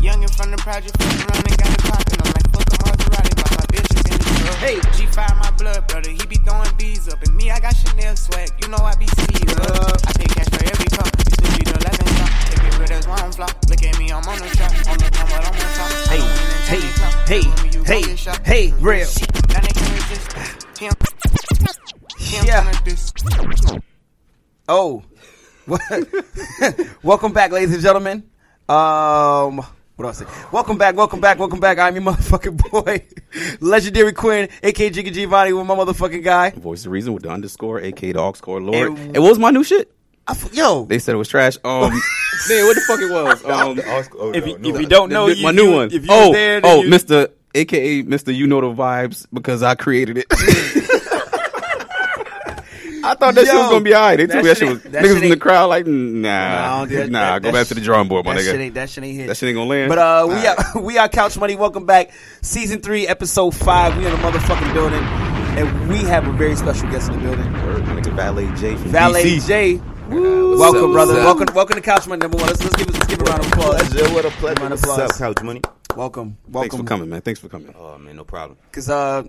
youngin' from the project, flip around and got it poppin'. I'm like, fuck a Maserati, but my bitch is in the truck. Hey, G5 my blood brother, he be throwing bees up. And me, I got Chanel swag, you know I be speed up. I pay cash for every car, used to be the 11 top. They get rid of one flop, look at me, I'm on the top. On the top, but I'm on top. Hey, I'm winning hey, Johnny Clock. Look at hey, me, you hey, gon' get shot. hey, real. Shit, now they can't resist. He don't- he don't Yeah. wanna diss. Oh, What- welcome back, ladies and gentlemen. Um, what else? Welcome back, welcome back, welcome back. I'm your motherfucking boy, legendary Quinn, aka Jigga Giovanni, with my motherfucking guy. Voice of Reason with the underscore, aka the aux core lord. And- And, what was my new shit? I f- yo, They said it was trash. Um, man, what the fuck it was? Um, Oh, If no, you, no. if you don't know, the- you, my new you- one. If you oh, was there, then oh, you, Mister, aka Mister, you know the vibes because I created it. I thought that shit was Yo, gonna be alright. They that told me that shit shit ain't- was that niggas shit in the ain't- crowd like nah, Nah, dude, nah. that- go that back to the drawing board, my that nigga. shit ain't that shit ain't hit. that shit ain't gonna land. But uh, we Alright. are we are Couch Money. Welcome back, season three, episode five. We in the motherfucking building, and we have a very special guest in the building, Word, my nigga Valet J from Valet DC. J. What's Welcome, up, brother. what's up? Welcome, welcome to Couch Money number one. Let's, let's give let's give a round of applause. Pleasure, what a pleasure. Round of What's applause. up, Couch Money? Welcome, Thanks for welcome. coming, man. Thanks for coming. Oh man, no problem. because uh,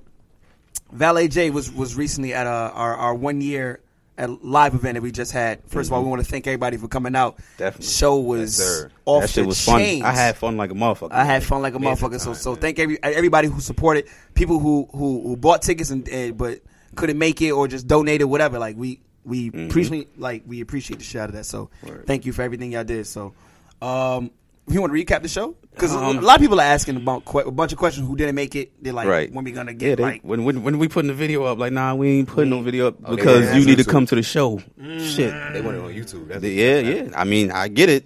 Valet J was was recently at uh, our our one year at live event that we just had. 1st of all, we want to thank everybody for coming out. Mm-hmm. Definitely. show was sir. off that shit the was chains. fun. I had fun like a motherfucker. I had fun like a Man, motherfucker. it's So time, so man. thank every everybody who supported, people who who, who bought tickets and, and but couldn't make it or just donated whatever. Like we we Mm-hmm. appreciate like we appreciate the shit out of that. So thank you for everything y'all did. So um you want to recap the show? Because Um, a lot of people are asking about que- a bunch of questions who didn't make it. They're like, right. when we gonna get Yeah, they- like when when when we putting the video up? Like, nah, we ain't putting no video up they because wanted you it need to on come YouTube. to the show. Shit. Mm. They want it on YouTube. That's Yeah, yeah. I mean, I get it,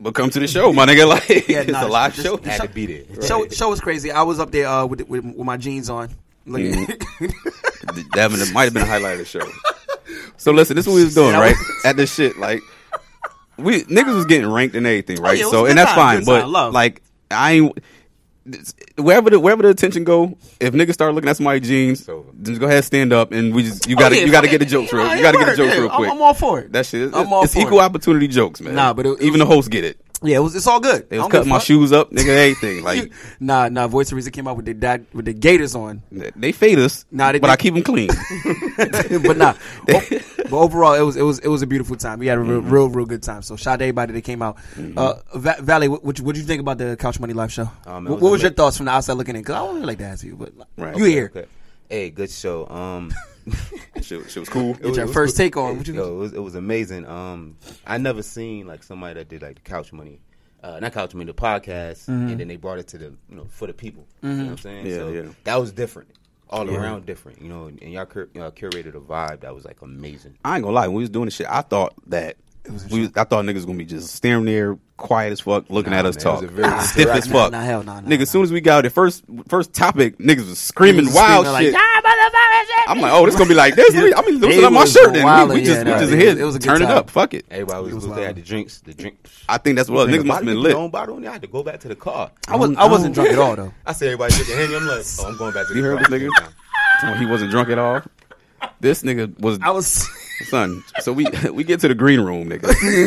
but come to the show, my nigga. Like, Yeah, it's nah, a live just- show. just- Had to be there. show show was crazy. I was up there uh, with, with with my jeans on. Look at- Mm-hmm. that might- might have been a highlight of the show. So listen, this is what we was doing, Yeah, I right? At this shit, like we niggas was getting ranked and everything, right? Oh, yeah, it was so a good and that's time, fine, good but time, love. like I ain't this- wherever the wherever the attention go, if niggas start looking at somebody's jeans, over. just go ahead stand up and we just you gotta Oh, yeah, you gotta fuck get the it. jokes Nah, real it you gotta get the worked. jokes Yeah, real I'm- quick. I'm all for it. That shit is I'm all it's for equal it. opportunity jokes, man. Nah, but it- it even the was- hosts get it. yeah, it was. It's all good. They I was don't give cutting a my fuck. shoes up, nigga, everything. Like Nah, nah. Voice of Reason came out with the dad, with the Gators on. they fade us, Nah, they- but they- I keep them clean. but nah. O- but overall, it was it was it was a beautiful time. We had a real real, real good time. So shout out to everybody that came out. Uh, Va- Valley, what what you, what you think about the Couch Money Live show? Um, Wh- what it was was, your amazing. thoughts from the outside looking in? Because I don't really like to ask you, but like, Right. you Okay, here? Okay. Hey, good show. Um, shit, shit was cool. it was- your it was first cool. take on Hey, what you- yo, it was, it was amazing. Um, I never seen like somebody that did like the couch money, uh, not couch money, the podcast, and then they brought it to the you know for the people. You know what I'm Mm-hmm. saying? Yeah, so yeah. That was different, all around different. You know, and y'all cur- uh, curated a vibe that was like amazing. I ain't gonna lie, when we was doing this shit, I thought that was a we was, I thought niggas gonna be just staring there, quiet as fuck, looking Nah, at us man, it was talk, a very stiff as interactive- fuck. Nah, nah, hell nah, nah, Nigga, nah. as soon as we got out, the first first topic, niggas was screaming Niggas was wild screaming shit. like, I'm like, oh, this gonna be like this. I mean, loosen They up my was shirt, then wild, we, we yeah, just nah, we just it here, was- it was a good turn it time. up, fuck it. Everybody was was, was they loud. had the drinks, the drink. I think that's what niggas must Nigga, have bottle- been lit. Your own bottle in there. I had to go back to the car. I was I wasn't drunk at all though. I said everybody shook their hand. I'm like, oh, I'm going back to the You car. heard this nigga? Someone- he wasn't drunk at all. This nigga was I was. son. So we we get to the green room, nigga.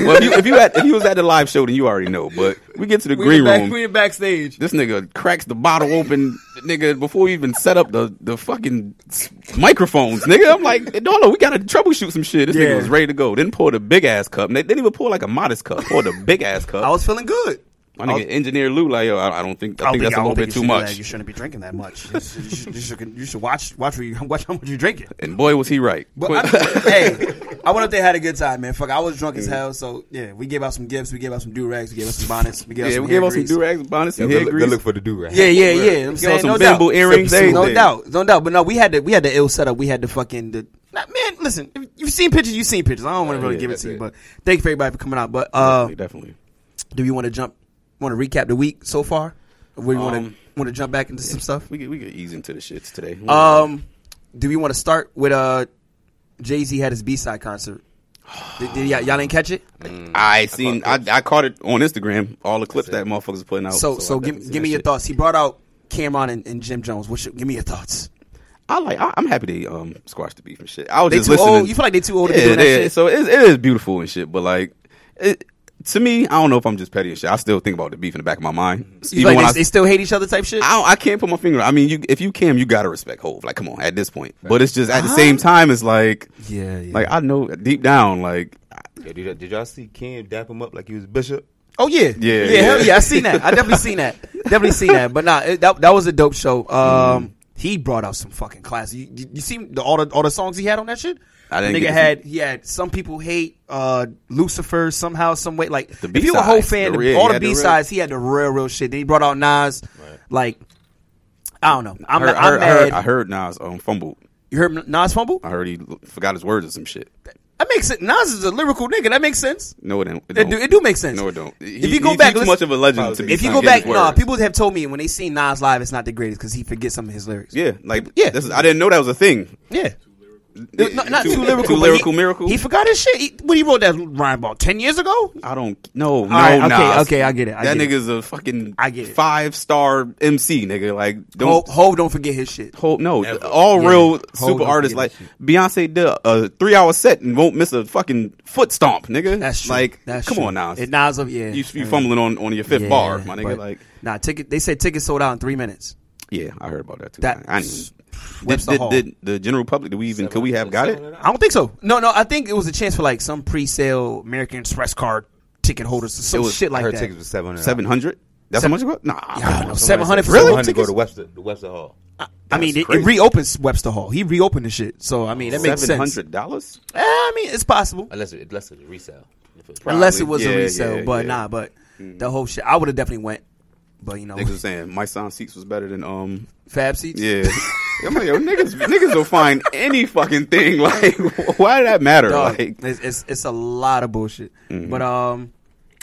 Well, if you if you, at, if you was at the live show, then you already know. But we get to the green were back- room. we were backstage. This nigga cracks the bottle open, nigga, before we even set up the, the fucking s- microphones, nigga. I'm like, no, no, we gotta troubleshoot some shit. This Yeah. nigga was ready to go. Didn't pour the big ass cup. And they didn't even pour like a modest cup. Pour the big ass cup. I was feeling good. My nigga, engineer Lou, like, yo, I, I don't think, I, don't think that's I a don't think little bit you too should do that. much. You shouldn't be drinking that much. You should, you should, you should, you should watch watch what you watch how much you drink it. And boy, was he right. But Quit- I, hey, I went up there had a good time, man. Fuck, I was drunk as hell. So yeah, we gave out some gifts, we gave out some do rags, we gave out some bonnets, we gave out yeah, some we gave hair us some grease. do rags, bonnets, and Yo, hair good, grease. good look for the do rag. Yeah, yeah, yeah. I'm Give saying us some no bamboo doubt. earrings, Some- no everything. doubt, no doubt. But no, we had the we had the ill setup. We had the fucking the. Nah, man, listen, if you've seen pictures, you've seen pictures. I don't want to really Oh, yeah, give it that's to you, it. but thank you for everybody for coming out. But uh, Definitely, definitely. do you want to jump? Want to recap the week so far? Or we want to Um, want to jump back into some stuff? We get, we get ease into the shits today. Um, do we want to start with uh, Jay Z had his B side concert? Did, did y'all, y'all didn't catch it? Mm. I seen, I, I caught it on Instagram, all the clips that motherfuckers putting out. So, so, I definitely give, seen give that me your shit. thoughts. He brought out Cameron and, and Jim Jones. What's your, give me your thoughts. I like. I, I'm happy they um squashed the beef and shit. I was They just too listening. old. You feel like they too old to be doing that they- shit? So it's, it is beautiful and shit, but like, it, to me, I don't know if I'm just petty and shit. I still think about the beef in the back of my mind. You like Even when they, I, they still hate each other type shit. I, don't, I can't put my finger. I mean, you, if you Cam, you gotta respect Hove. Like, come on, at this point. But it's just at the same time, it's like, Yeah, yeah. like I know deep down, like, Yeah, did, y- did y'all see Cam dap him up like he was Bishop? Oh yeah, Yeah, yeah, hell yeah. yeah. I seen that. I definitely seen that. Definitely seen that. But nah, it, that that was a dope show. Mm. Um, he brought out some fucking class. You, you, you see the, all the all the songs he had on that shit. I didn't The get nigga to see- had he had some people hate uh, Lucifer somehow some way. Like The if you a whole B-sides, fan, the the- real- he all the had the real- B sides, he had the real real shit. Then he brought out Nas. Like I don't know. I'm, I heard, I I'm heard, I mad. heard, Uh. I heard Nas um, fumbled. You heard Nas fumble? I heard he l- forgot his words or some shit. That makes it. Nas is a lyrical nigga. That makes sense. No, it don't. It, It do, don't. it do make sense. No, it don't. He- if you go he- back, he's too listen- much of a legend to be. If you go trying to back, get his nah, words. people have told me when they see Nas live, it's not the greatest because he forgets some of his lyrics. Yeah, like Yeah. This is, I didn't know that was a thing. yeah. No, not- not too, lyrical. Too but lyrical he, miracle. He forgot his shit. He, when he wrote that rhyme about ten years ago, I don't. No, no, right, okay, Nas. okay, I get it, I that get it. nigga's a fucking I get it. five star MC nigga. Like don't. Hove, Hove don't forget his shit. Whole, no, all Yeah. real Whole super don't artists like forget Beyonce did a three hour set and won't miss a fucking foot stomp, nigga. That's true. Like, That's come true. on, Nas. It, Nas, of- yeah, you you Yeah. fumbling on, on your fifth Yeah, bar, my nigga. but- like, nah, ticket. They said tickets sold out in three minutes. yeah, I heard about that too. That- I didn't. Did, Webster did, Hall. did the general public? Do we even? Could we have got it? I don't think so. No, no. I think it was a chance for like some pre-sale American Express card ticket holders or some It was- shit I like heard that. tickets was seven hundred. Seven hundred. That's how much it was. Nah, Seven hundred for Really? really? Seven hundred to go to Webster, the Webster Hall. I mean, it, crazy. it reopens Webster Hall. He reopened the shit, so I mean that makes seven sense. Eh, hundred dollars. I mean, it's possible Unless it, unless it's a resale. If it's- unless it was Yeah, a resale, yeah, but yeah. Mm-hmm. nah. But the whole shit, I would have definitely went. But you know, Niggas was saying my sound seats was better than um. Fab seats. Yeah. I'm like, yo, niggas, niggas will find any fucking thing. Like, why did that matter? Dog, Like, it's, it's it's a lot of bullshit. But um,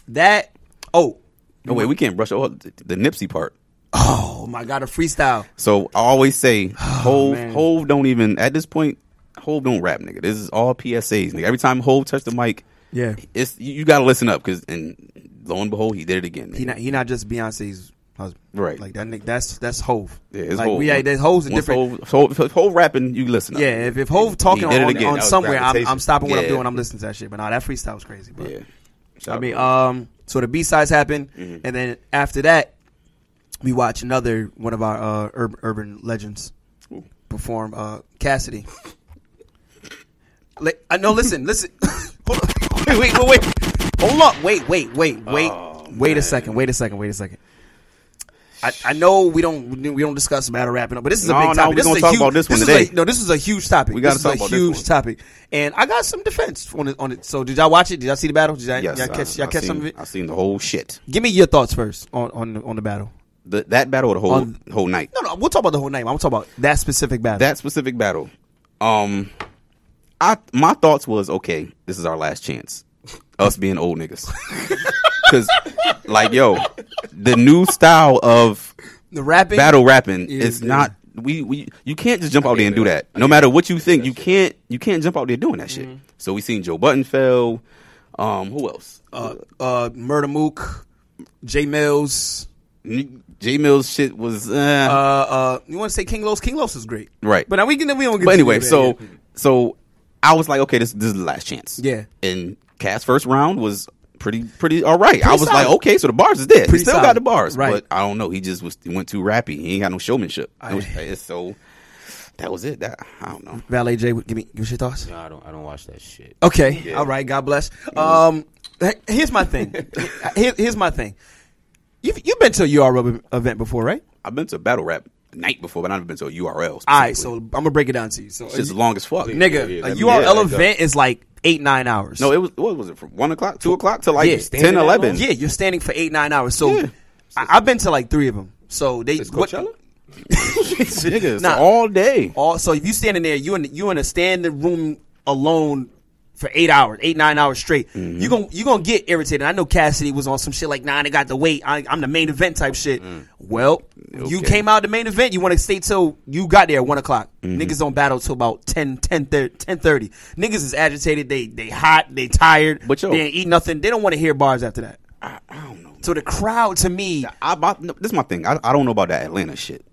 that oh Mm-hmm. No, wait, we can't brush all the, the Nipsey part. oh my god, a freestyle. So I always say, Hove, Oh, man. Hove don't even at this point. Hove don't rap, nigga. This is all PSAs, nigga. Every time Hove touched the mic, Yeah. it's you, you got to listen up because and lo and behold, he did it again. He nigga. not he not just Beyonce's husband, Right. Like that nigga. That's that's Hove. yeah, it's like Hove. we yeah, there's Hove's a Once different. Hove, Hove, if Hove rapping, you listen up. Yeah, if, if Hove talking did it on, again. on That was somewhere, I'm, I'm gravitation. stopping what I'm Yeah. doing. I'm listening to that shit. But nah, that freestyle was crazy. But yeah. I mean, um, so the B sides happened, Mm-hmm. and then after that, we watch another one of our uh, ur- urban legends perform uh, Cassidy. Like, I know. Listen, listen. Hold on. Wait, wait, wait, wait. Hold on. Wait, wait, wait, wait. Oh, wait a second. Wait a second. Wait a second. I, I know we don't we don't discuss battle rapping, but this is No, a big no, topic. we this gonna is a talk huge, about this one is today. a- no, this is a huge topic. We gotta this talk is a about this huge one. topic, and I got some defense on it. On it. So, did y'all watch it? Did y'all see the battle? Did y'all, yes, y'all I- catch y'all I catch seen, some of it? I seen the whole shit. Give me your thoughts first on on the, on the battle. The, that battle, or the whole On- whole night. No, no, we'll talk about the whole name. I'm talking about that specific battle. that specific battle, um, I my thoughts was okay. This is our last chance. Us being old niggas, because like yo, the new style of the rapping battle rapping Yeah, is yeah. not. We, we you can't just jump out there and do that. No matter what you think, you can't you can't jump out there doing that shit. Mm-hmm. So we seen Joe Button fell. Um, who else? Uh, uh, Murder Mook, J Mills. N- J Mills shit was uh, Uh, uh, you want to say King Los? King Los is great, Right. But now we can we don't. But anyway, so so I was like, okay, this this is the last chance. Yeah. And Cass first round was pretty pretty all right. I was solid. like, okay, so the bars is there. He Pretty still got solid. the bars, Right. but I don't know. He just was he went too rappy. He ain't got no showmanship. It was- it's so that was it. That I don't know. Valet J, give me give us your thoughts. No, I don't. I don't watch that shit. Okay. All right. God bless. Um, he- here's my thing. Here, here's my thing. You've, you've been to a UR Rubber event before, right? I've been to a battle rap night before, but I've never been to a URL. All right. So specifically. I'm gonna break it down to you. So, it's just long as fuck, nigga, yeah, a yeah, URL yeah, event is like eight nine hours. No, it was what was it from one o'clock, two o'clock to like Yeah. 10, 11. yeah, you're standing for eight nine hours. So Yeah. I, I've been to like three of them. So they It's what- Coachella. nigga, it's Nah. all day. all so if you standing there, you in you in a standing room alone for eight hours, eight nine hours straight. Mm-hmm. You going you gonna get irritated. I know Cassidy was on some shit like, nah, they got the weight. I, I'm the main event type shit. Well, you Mm-hmm. Okay. came out the main event. You want to stay till you got there at one o'clock. Mm-hmm. Niggas don't battle till about 10, 10, 30. Niggas is agitated. They they hot. They tired. But yo- they ain't eat nothing. They don't want to hear bars after that. I, I don't know. So the crowd to me, I, I no, this is my thing. I, I don't know about that Atlanta shit.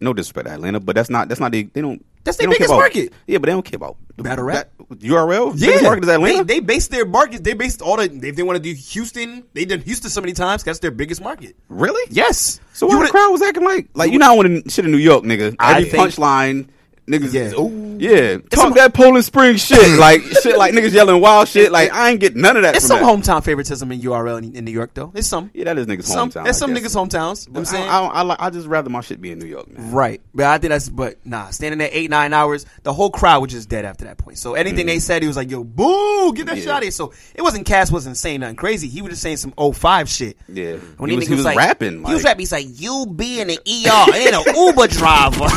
No disrespect to Atlanta, but that's not that's not they, they don't That's they their don't care biggest about- market. Yeah, but they don't care about Battle rap. That URL? Biggest market is Atlanta. They, they base their markets. They based all the if they want to do Houston. They done Houston so many times. 'cause That's their biggest market. really? Yes. So why the would've- crowd was acting like like you not want to shit in New York, nigga. I Every think- punchline, niggas. Yeah. Yeah, yeah. Talk that Poland Spring shit, like shit, like niggas yelling wild shit. Like I ain't get none of that. There's from some that. hometown favoritism in URL in, in New York though. There's some. Yeah, that is niggas some, hometown. I There's some guess. niggas hometowns. you know what I'm I, saying. I, I, like- I just rather my shit be in New York, man. Right, but I think that's but nah. Standing there eight nine hours, the whole crowd was just dead after that point. So anything they said, he was like, "Yo, boo, get that Mm. Yeah. shit out of here." So it wasn't Cass wasn't saying nothing crazy. He was just saying some old five shit. Yeah. when He he was- was, he was like, rapping, he was like- rapping. He's like, "You be in the ER and an Uber driver."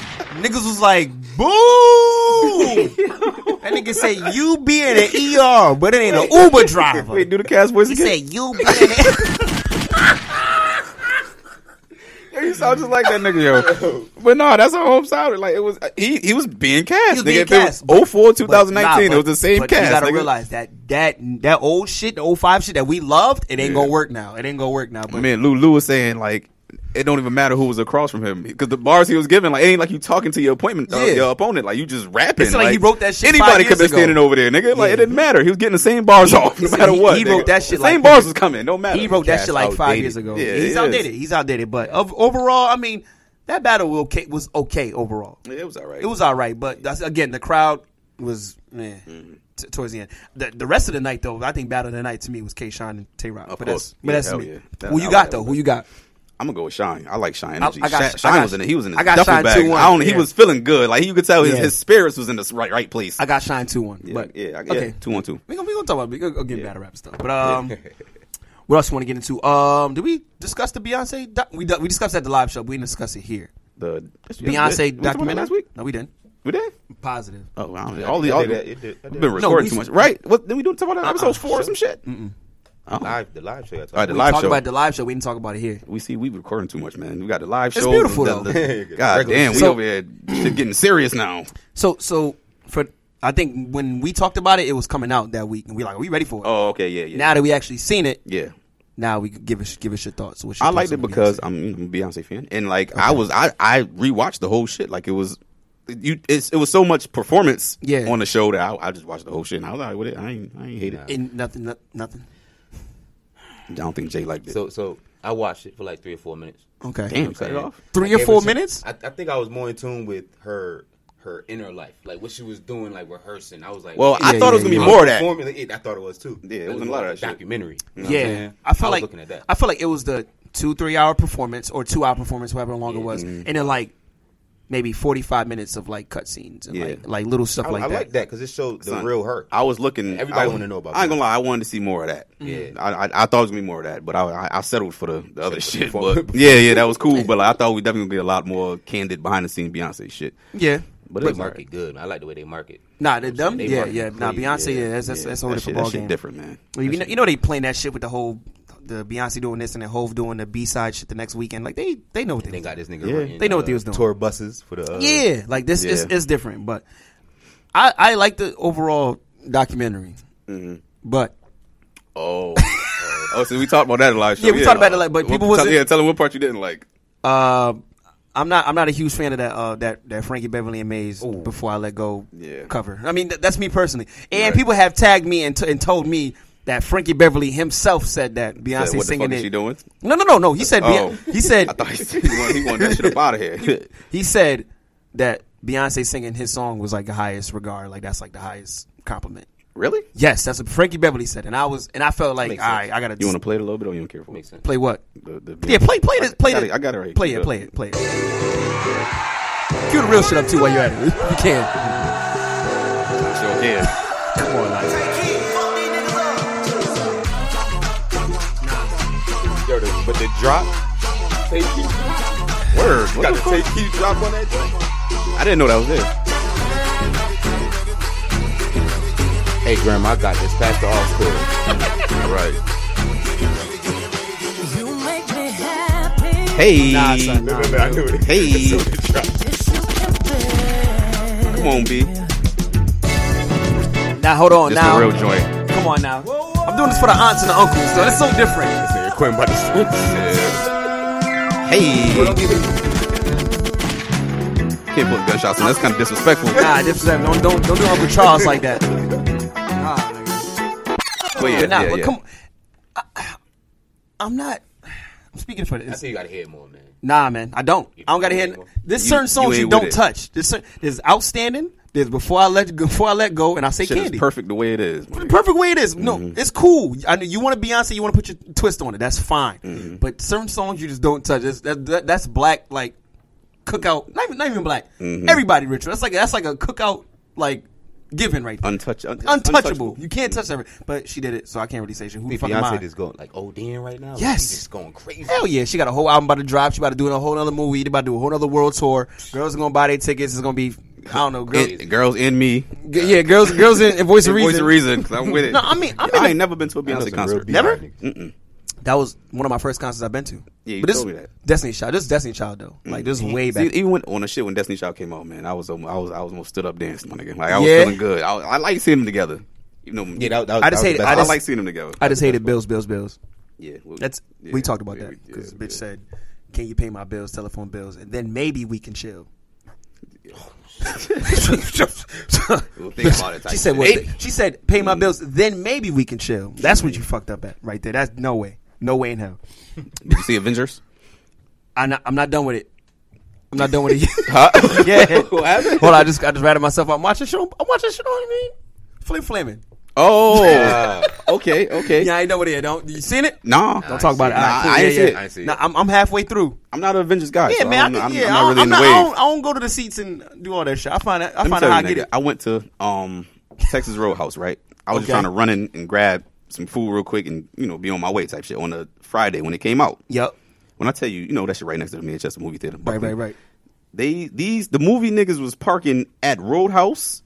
Niggas was like, "Boo!" that nigga said, "You be in the ER, but it ain't an Uber driver." Wait, do the cast voice he again? said, "You be in the." E you sound just like that nigga, yo. but no, that's how home sounded. Like it was, he he was being cast. was nigga. being If it was cast, but- 04, But 2019. nah, it was the same but cast. You gotta nigga. realize that that that old shit, the old five shit that we loved, it ain't Yeah. gonna work now. It ain't gonna work now. But Man, Lou Lou was saying like it don't even matter who was across from him because the bars he was giving like it ain't like you talking to your appointment uh, Yeah. your opponent like you just rapping. It's like he wrote that shit Anybody five could have been years ago. standing over there, nigga. Like Yeah. it didn't matter. He was getting the same bars off no He- matter he- what. he nigga. wrote that shit The same like- bars was coming. No matter. he wrote that Cass shit like five outdated. years ago. Yeah, it is. he's outdated. He's outdated. But of, overall, I mean, that battle will ca- was okay overall. Yeah, It was alright. It was all right, but that's, again, the crowd was man Mm-hmm. t- towards the end. The, the rest of the night, though, I think battle of the night to me was K. Sean and Tay Rock. Of But course. that's, but Yeah, that's hell me. yeah. That- Who you I got like though? that. Who you got? I'm gonna go with Shine. I like Shine I- energy. I got- Sha- I Shine got- was in it. He was in his I got duffel Shine bag. 2-1, I don't. He yeah. was feeling good. Like you could tell his, Yeah. his spirits was in the right right place. I got Shine two one. yeah, but yeah, I, yeah. okay, Two on two. We gonna we gonna talk about we gonna, gonna get battle rap stuff. But um, what else you want to get into? Um, did we discuss the Beyonce? doc- we do- we discussed that at the live show. but We didn't discuss it here. The Beyonce We talked about that documentary last week. No, we didn't. We did. Positive. Oh, I don't know. Yeah, All the I all did the, that. It did- I I've did. been we- Uh-uh. recording too much, right? What then we do talk about that episode four or some shit? Oh. All Live, the live show. I told right, the you. we live talked show. about the live show. We didn't talk about it here. we see we recording too much, man. We got the live show. beautiful, the- the- though. God Regular damn, we show. over here shit getting serious now. So so for I think when we talked about it, it was coming out that week, and we like, are we ready for it? Oh, okay, yeah, yeah, Now that we actually seen it, yeah. now we can give us give us your thoughts. What's your I thoughts liked on it the because Beyonce? I'm, you know, I'm a Beyonce fan, and like I was, I I rewatched the whole shit. Like it was, you, it's, it was so much performance Yeah. on the show that I, I just watched the whole shit. And I was like, with it, I ain't, I ain't hate it. And nothing no- nothing. I don't think Jay liked it. So, so I watched it for like three or four minutes. Okay, damn, cut it off. three I or gave four her- minutes. I, I think I was more in tune with her her inner life, like what she was doing, like rehearsing. I was like, Well, I Yeah, thought it was yeah, gonna yeah. be more of that. Formula It, I thought it was too. Yeah, it Like, was a more lot of like that shit. documentary. you know what I'm Yeah, saying? I feel was like looking at that. I feel like it was the two three hour performance or two hour performance, however long it was, Mm-hmm. and then like maybe forty five minutes of like cutscenes and Yeah. like like little stuff I, like I that. like that because it showed the Son, real her. I was looking. Everybody I wanna know about I ain't that. gonna lie. I wanted to see more of that. Yeah. I, I, I thought it was gonna be more of that, but I I, I settled for the, the other shit. But yeah, yeah, that was cool. But like, I thought we definitely gonna get a lot more candid behind the scene Beyonce shit. Yeah, But, they it was market alright. good. I like the way they market. nah, the them, They yeah, market yeah, nah, clean, Beyonce, yeah. yeah, that's that's, Yeah, that's a whole that shit, different that ball shit game. different, man. Well, You know, you know they playing that shit with the whole the Beyonce doing this and the Hove doing the B side shit the next weekend. Like they they know what they, They got this nigga. Yeah. renting, They know what uh, they was doing. Tour buses for the uh, Yeah, like this is Yeah. is different, but I I like the overall documentary, Mm-hmm. but Oh, oh, so we talked about that a lot. Yeah, we talked about it a lot, but people wasn't- yeah, tell them what part you didn't like. Uh, I'm not. I'm not a huge fan of that. Uh, that that Frankie Beverly and Mays before I let go Yeah. cover. I mean, th- that's me personally. And Right. people have tagged me and, t- and told me that Frankie Beverly himself said that Beyonce Said, what the singing fuck it. is she doing? No, no, no, no. He said. Oh. Beyonce he said. I thought he, said he, wanted, he wanted that shit up out of here. he said that Beyonce singing his song was like the highest regard. Like that's like the highest compliment. really? Yes, that's what Frankie Beverly said, and I was and I felt like Makes all sense. right, I gotta You want to play it a little bit, or you don't care for makes sense. play what? The, the Yeah, play play I- this play I got this. it. I got it right. Play it, play it, play it. Cue the real shit up too while you're at it. If you can. Sure can. Come on, like. Yo, the- but the drop, take you Word. got the take you drop on that. joint. I didn't know that was there. Hey, grandma, I got this. Pass the off school. Right. You make me happy. Hey. Nah, son, nah. I knew it. Hey. Yes, you can be. Come on, B. Now hold on Just now. a real joint. Come on now. I'm doing this for the aunts and the uncles, though. That's so different. Nigga, Quinn about to Hey. can't put gunshots in. That's kind of disrespectful. Nah, this is don't don't don't do Uncle Charles like that. Nah, nigga. But yeah, But nah, yeah, but yeah. come. on. I, I'm not. I'm speaking for I this. say you gotta hear it more, man. Nah, man, I don't. I don't gotta hear. There's You- certain songs you, you ain't don't with it. touch. There's cer- there's outstanding. There's before I let go, before I let go, and I say Shit candy. is perfect the way it is. The perfect way it is. No, it's cool. I know you want to Beyonce, you want to put your twist on it. That's fine. But certain songs you just don't touch. That's, that, that, that's black like cookout. Not even not even black. Everybody ritual. That's like that's like a cookout like given right there. Untouch, un- untouchable. Mm-hmm. You can't touch that. But she did it, so I can't really say shit. Who the fuck am I? Beyonce is going like Odin right now. Yes. she's just going crazy. Hell yeah, she got a whole album about to drop. She about to do a whole other movie. They about to do a whole other world tour. Girls are gonna buy their tickets. It's gonna be I don't know. Girls, It- girls in me. g- yeah, girls, girls in, in voice of Voice reason. of reason. 'cause I'm with it. No, I mean, I'm in I a- ain't never been to a That was Beyonce a real concert. beat. Never? Mm-mm. That was one of my first concerts I've been to. Yeah, you but this told me that. Mm-hmm. Destiny Child. This is Destiny Child though. Like this is way See, back. even when on the shit when Destiny Child came out, man, I was um, I was I was almost stood up dancing, my nigga. Like I was Yeah. feeling good. I, was- I like seeing them together. You know, Yeah, that, that was, I just that hate was the it. best I, just- like seeing them together. I just hated bills, bills, bills. yeah, well, That's yeah, we talked about yeah, that yeah, because yeah. bitch said, "Can you pay my bills, telephone bills, and then maybe we can chill." We'll think about it. she said, well, Hey, Mm. th- "She said, pay my bills, then maybe we can chill." That's what you fucked up at right there. That's no way, no way in hell. "Did you see Avengers?" I'm not, I'm not done with it. I'm not done with it. Yet. Huh? yeah. What happened? Hold on, I just I just ratted myself. I'm watching show. I'm watching show. You mean Flim Flamin'. Oh, okay, okay. Yeah, I ain't know what it is. Don't you seen it? Nah, Don't talk about it. Nah, All right, cool. I ain't Yeah, see yeah. it. see it. Nah, I'm, I'm halfway through. I'm not an Avengers guy. Yeah, so man. I I'm, can, I'm, yeah, I'm not really I'm in not, the I, wave. don't, I don't go to the seats and do all that shit. I find that, I Let me find tell out how I you, get nigga, it. I went to um, Texas Roadhouse, right? I was just Okay. trying to run in and grab some food real quick and you know be on my way type shit on a Friday when it came out. Yep. When I tell you, you know that shit right next to the Manchester movie theater. Right, Buckley. right, right. They these the movie niggas was parking at Roadhouse.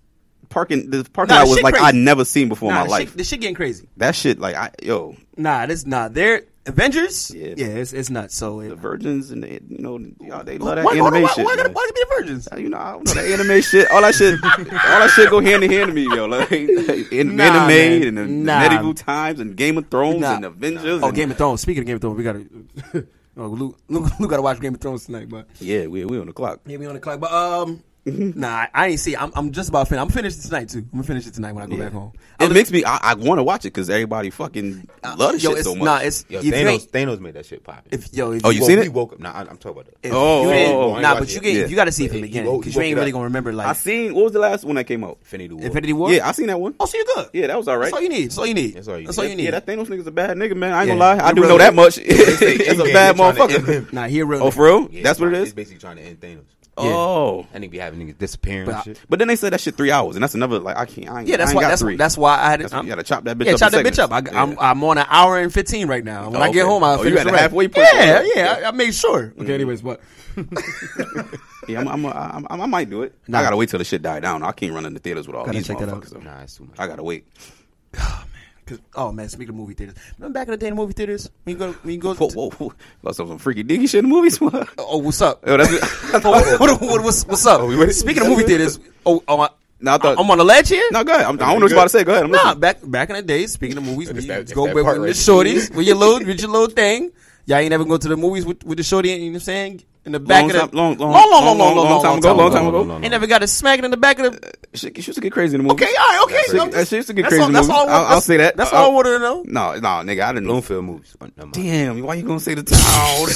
Parking the parking Nah, lot the was shit like crazy. I never seen before nah, in the my shit, life. the shit getting crazy. that shit like I yo Nah, this nah. They're Avengers. Yeah. yeah, it's it's nuts. So it, the virgins and they, you know y'all, they love why, that why, why, anime why, shit. why, gotta- man. why gotta be the virgins? You know, I don't know that anime shit. All that shit, all that shit go hand in hand to me, yo. Like, like in, Nah, anime man. and the, the Nah. medieval times and Game of Thrones Nah. and Avengers. Oh, and, Game of Thrones. Speaking of Game of Thrones, we gotta. oh, Luke, Luke, Luke gotta watch Game of Thrones tonight, but Yeah, we we on the clock. yeah, we on the clock. But um, Mm-hmm. nah, I ain't see. it. I'm I'm just about finished. I'm finished tonight too. I'm gonna finish it tonight when I go Yeah. back home. It makes me. I, I want to watch it because everybody fucking love the Uh, yo, shit it's, so much. Nah, it's Yo, if you Thanos, ain't- Thanos made that shit pop. if yo, if Oh, you seen it? We woke up. Nah, I, I'm talking about that. If Oh, you ain't- oh, oh, oh, nah, I but watched you it. get Yeah. you got to see it But from the you beginning woke- because you you ain't woke it really up. gonna remember like I seen. What was the last one that came out? Infinity War. Infinity War. Yeah, I seen that one. Oh, so you're good. Yeah, that was all right. That's all you need. That's all you need. That's all you need. need. Yeah, that Thanos nigga's a bad nigga, man. I ain't Yeah. gonna lie. I He do really know that is. much. it's a Yeah, bad they're trying to end motherfucker. him. nah, he a real. Oh, for real? Yeah, That's what it it's is. basically trying to end Thanos. Oh. I think be having niggas disappearing But I- and shit. But then they said that shit three hours, and that's another like I can't. I ain't, Yeah, I that's ain't why. got That's, three. that's why I had. That's- I'm- you gotta chop that bitch yeah, up chop in that bitch up. I, seconds. I'm, Yeah. I'm on an hour and fifteen right now. When Oh, I get okay. home, I'll Oh, you finish at the the rest. halfway point Yeah, already. yeah. I, I made sure. Okay, anyways, but Yeah, I'm, I'm, I'm, I'm, I might do it. I gotta wait till the shit die down. I can't run in the theaters with all Gotta these check that out. motherfuckers. though. Nah, it's too much. I gotta wait. Cause, oh man, speaking of movie theaters, remember back in the day in movie theaters when you go when you go. Whoa, whoa, whoa! Lost some freaky diggy shit in the movies. What? Oh, what's up? Yo, that's what, what, what- what's, what's up? we ready? Speaking of movie theaters, oh, oh I, Nah, I thought- am on the ledge here. no, go ahead. I'm, I don't know what you about to say. Go ahead. I'm Nah, listening. back back in the day, speaking of movies, we It's used that- to it's go that with part with right the shorties with your little with your little thing. Y'all ain't never go to the movies with, with the shorty. You know what I'm saying? In the back Long of the time- long- long- long, long, long, long- long, long long time ago, long time ago. Ain't never got a smacking in the back of the. Shit, shit used to get crazy in the movies. Okay, all right, okay. That's I'm it. just- That shit used to get that's crazy. all- in the that's movies. all I I'll, want- I'll say that. That's I- all I wanted to know. No, no, nigga, I didn't. know. Bloomfield movies. Oh, never mind. Damn, why you gonna say the town?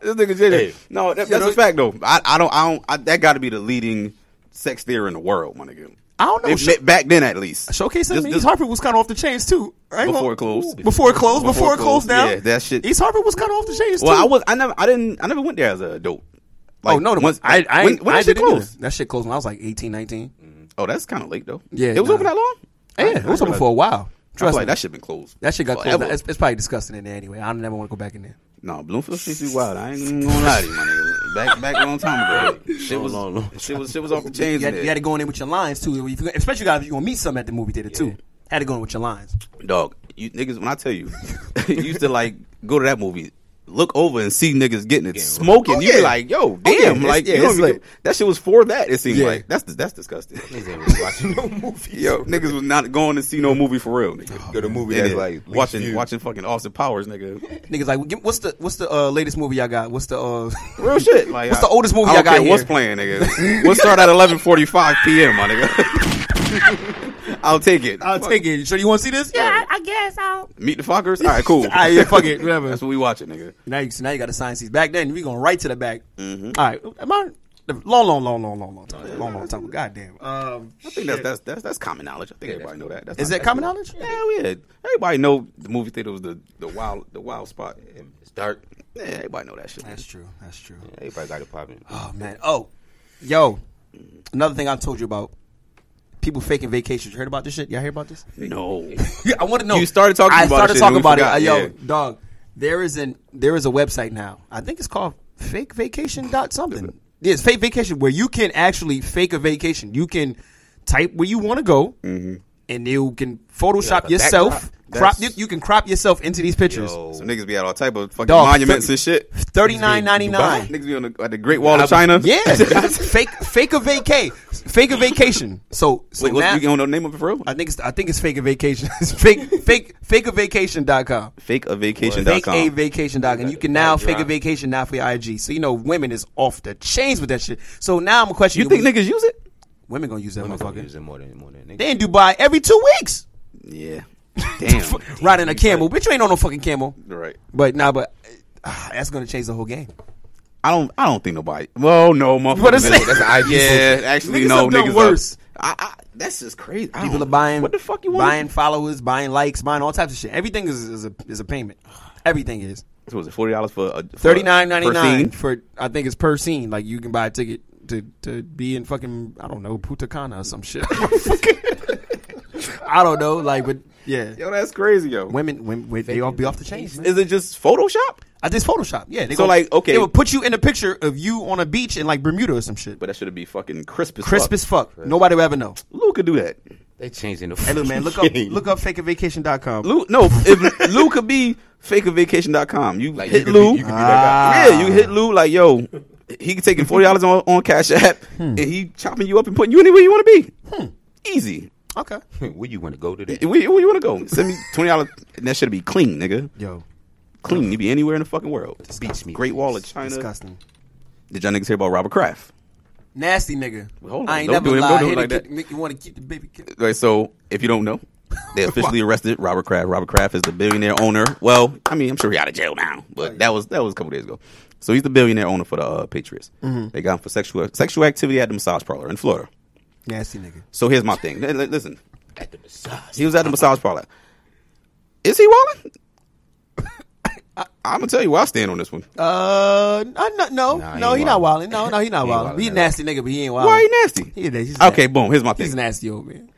this nigga JJ. Hey. No, that, that's a fact though. I, I don't. I don't. I, that got to be the leading sex theory in the world, my nigga. I don't know. If- Sho- back then, at least. Showcase This- and this- East Harper was kind of off the chains too. I ain't Before gonna- it closed. Before it closed. Before Before it it closed. closed, Now, yeah, that shit- East Harper was kind of off the chains Well, too. I was. I never. I didn't. I never went there as an adult. Like, oh no, the, once- I, I, when, when I that shit didn't either. closed? That shit closed when I was like 18, 19. Oh, that's kind of late though. Yeah, it was nah. over that long. Yeah, it was open for a while. I Trust feel me, like that shit been closed. That shit got closed. forever. It's, it's probably disgusting in there anyway. I never want to go back in there. No, Bloomfield CC Wild. I ain't even gonna lie to you, my nigga. Back back a long time ago. Shit was long, long shit was shit was off the chains. You had, in there. you had to go in there with your lines too. If you- especially if you gonna meet some at the movie theater too. Had to go in with your lines. Dog, you niggas, when I tell you, you used to like go to that movie look over and see niggas getting it Getting smoking, Oh, you be yeah. like, yo, yeah, damn, it's- like, yeah, you don't it's even like- give- that shit was for that. It seems Yeah. like that's that's disgusting. Niggas ain't really watching no movies. Yo, niggas was not going to see no movie for real, nigga. Oh, Go to movie And that's then like least watching viewed. watching fucking Austin Powers, nigga. Niggas like, "Give- what's the what's the uh, latest movie y'all got? What's the uh, Real shit. Like, What's the oldest movie I don't y'all got care here? What's playing, nigga? we'll start at eleven forty five p.m., my nigga. I'll take it. I'll take it. You sure you want to see this? Yeah. Meet the fuckers. All right, cool. All right, yeah, fuck it, whatever. That's what we watching, nigga. Now you now you got to sign these. Back then, we going right to the back. Mm-hmm. All right, am I? Long, long, long, long, long, long time. Long, long time. Goddamn. Um, I think that's that's that's, that's common knowledge. I think Yeah, everybody that's know that. That's is not- that common knowledge? Yeah, we had, everybody know the movie theater was the, the wild the wild spot. It's dark. Yeah, everybody know that shit. That's true. That's true. Everybody got it popping. Oh man. Oh, yo. Another thing I told you about. People faking vacations. You heard about this shit? Y'all hear about this? No, Yeah, I want to know. You started talking I about started shit talking and we about forgot, it. Uh, yo, yeah. dog. There is an there is a website now. I think it's called Fake Vacation dot something. Yes, Fake Vacation, where you can actually fake a vacation. You can type where you want to go, Mm-hmm. and you can Photoshop but that yourself. crop- Crop you, that's- you can crop yourself into these pictures. Yo. some niggas be at all type of fucking Dog, monuments thirty- and shit. Thirty nine ninety Dubai? nine. Niggas be on the, at the Great Wall of China. Yeah, fake fake a vacay, fake a vacation. So so Wait, what, now, you don't know the name of it for real? I think it's I think it's fake a vacation. It's fake fake fake a vacation dot com. Fakeavacation.com. Fake a vacation dog, and you can now Dot fake a com. vacation now for your IG. So you know, women is off the chains with that shit. So now I'm questioning you think niggas use it? women gonna use that I'm gonna motherfucker? use it more than more than niggas. They in Dubai every two weeks, Yeah. Damn. riding a camel. Bitch, you ain't on no fucking camel. right. But nah, but uh, that's gonna change the whole game. I don't. I don't think nobody. Well, no, motherfucker. What I'm saying. That's an IG. Yeah, actually, Niggas no, have done niggas. worse. Worse. I, I, that's just crazy. I People don't- are buying What the fuck you want? buying followers, buying likes, buying all types of shit. Everything is, is a is a payment. Everything is So was it forty dollars for a for thirty nine ninety per nine scene? for I think it's per scene. Like you can buy a ticket to to be in fucking I don't know Putacana or some shit. I don't know, like but yeah. Yo, that's crazy, yo. women, women, women they all be off the chains. man. Is it just Photoshop? I just Photoshop. Yeah. They So, like, okay. they would put you in a picture of you on a beach in like Bermuda or some shit. But that should be fucking crisp as Crisp fuck. as fuck. Nobody will ever know. Lou could do that. They changing the. Hey, look, man, look up, look up fakeavacation.com. Lou, no, if Lou could be fakeavacation.com. You Like, you hit could be- Lou. you could be guy. that Yeah, you hit Lou like, yo, he taking forty dollars on, on Cash App and he chopping you up and putting you anywhere you want to be. Easy. Okay. Where you want to go today? Where, where you want to go? Send me twenty dollars. That should be clean, nigga. Yo, Clean. You be anywhere in the fucking world. Beats me. Great Wall of China. disgusting. Did y'all niggas hear about Robert Kraft? Nasty nigga. Hold on, I ain't don't never do it, lied. don't do it Hit like it, that. Nick, you want to keep the baby? kid- Okay, so if you don't know, they officially arrested Robert Kraft. Robert Kraft is the billionaire owner. Well, I mean, I'm sure he out of jail now, but that was that was a couple days ago. So he's the billionaire owner for the uh, Patriots. Mm-hmm. They got him for sexual sexual activity at the massage parlor in Florida. Nasty nigga. So here's my thing. Li- li- Listen, At the massage. he was at the massage parlor. Is he walling? I'm gonna tell you where I stand on this one. Oh. Uh, no, no, Nah, he no, ain't he not wildin'. wilding. No, no, he not He ain't wilding. He a wildin' at nasty nigga, but he ain't wilding. Why he nasty? He, he's okay, nasty. boom. Here's my thing. He's a nasty old man.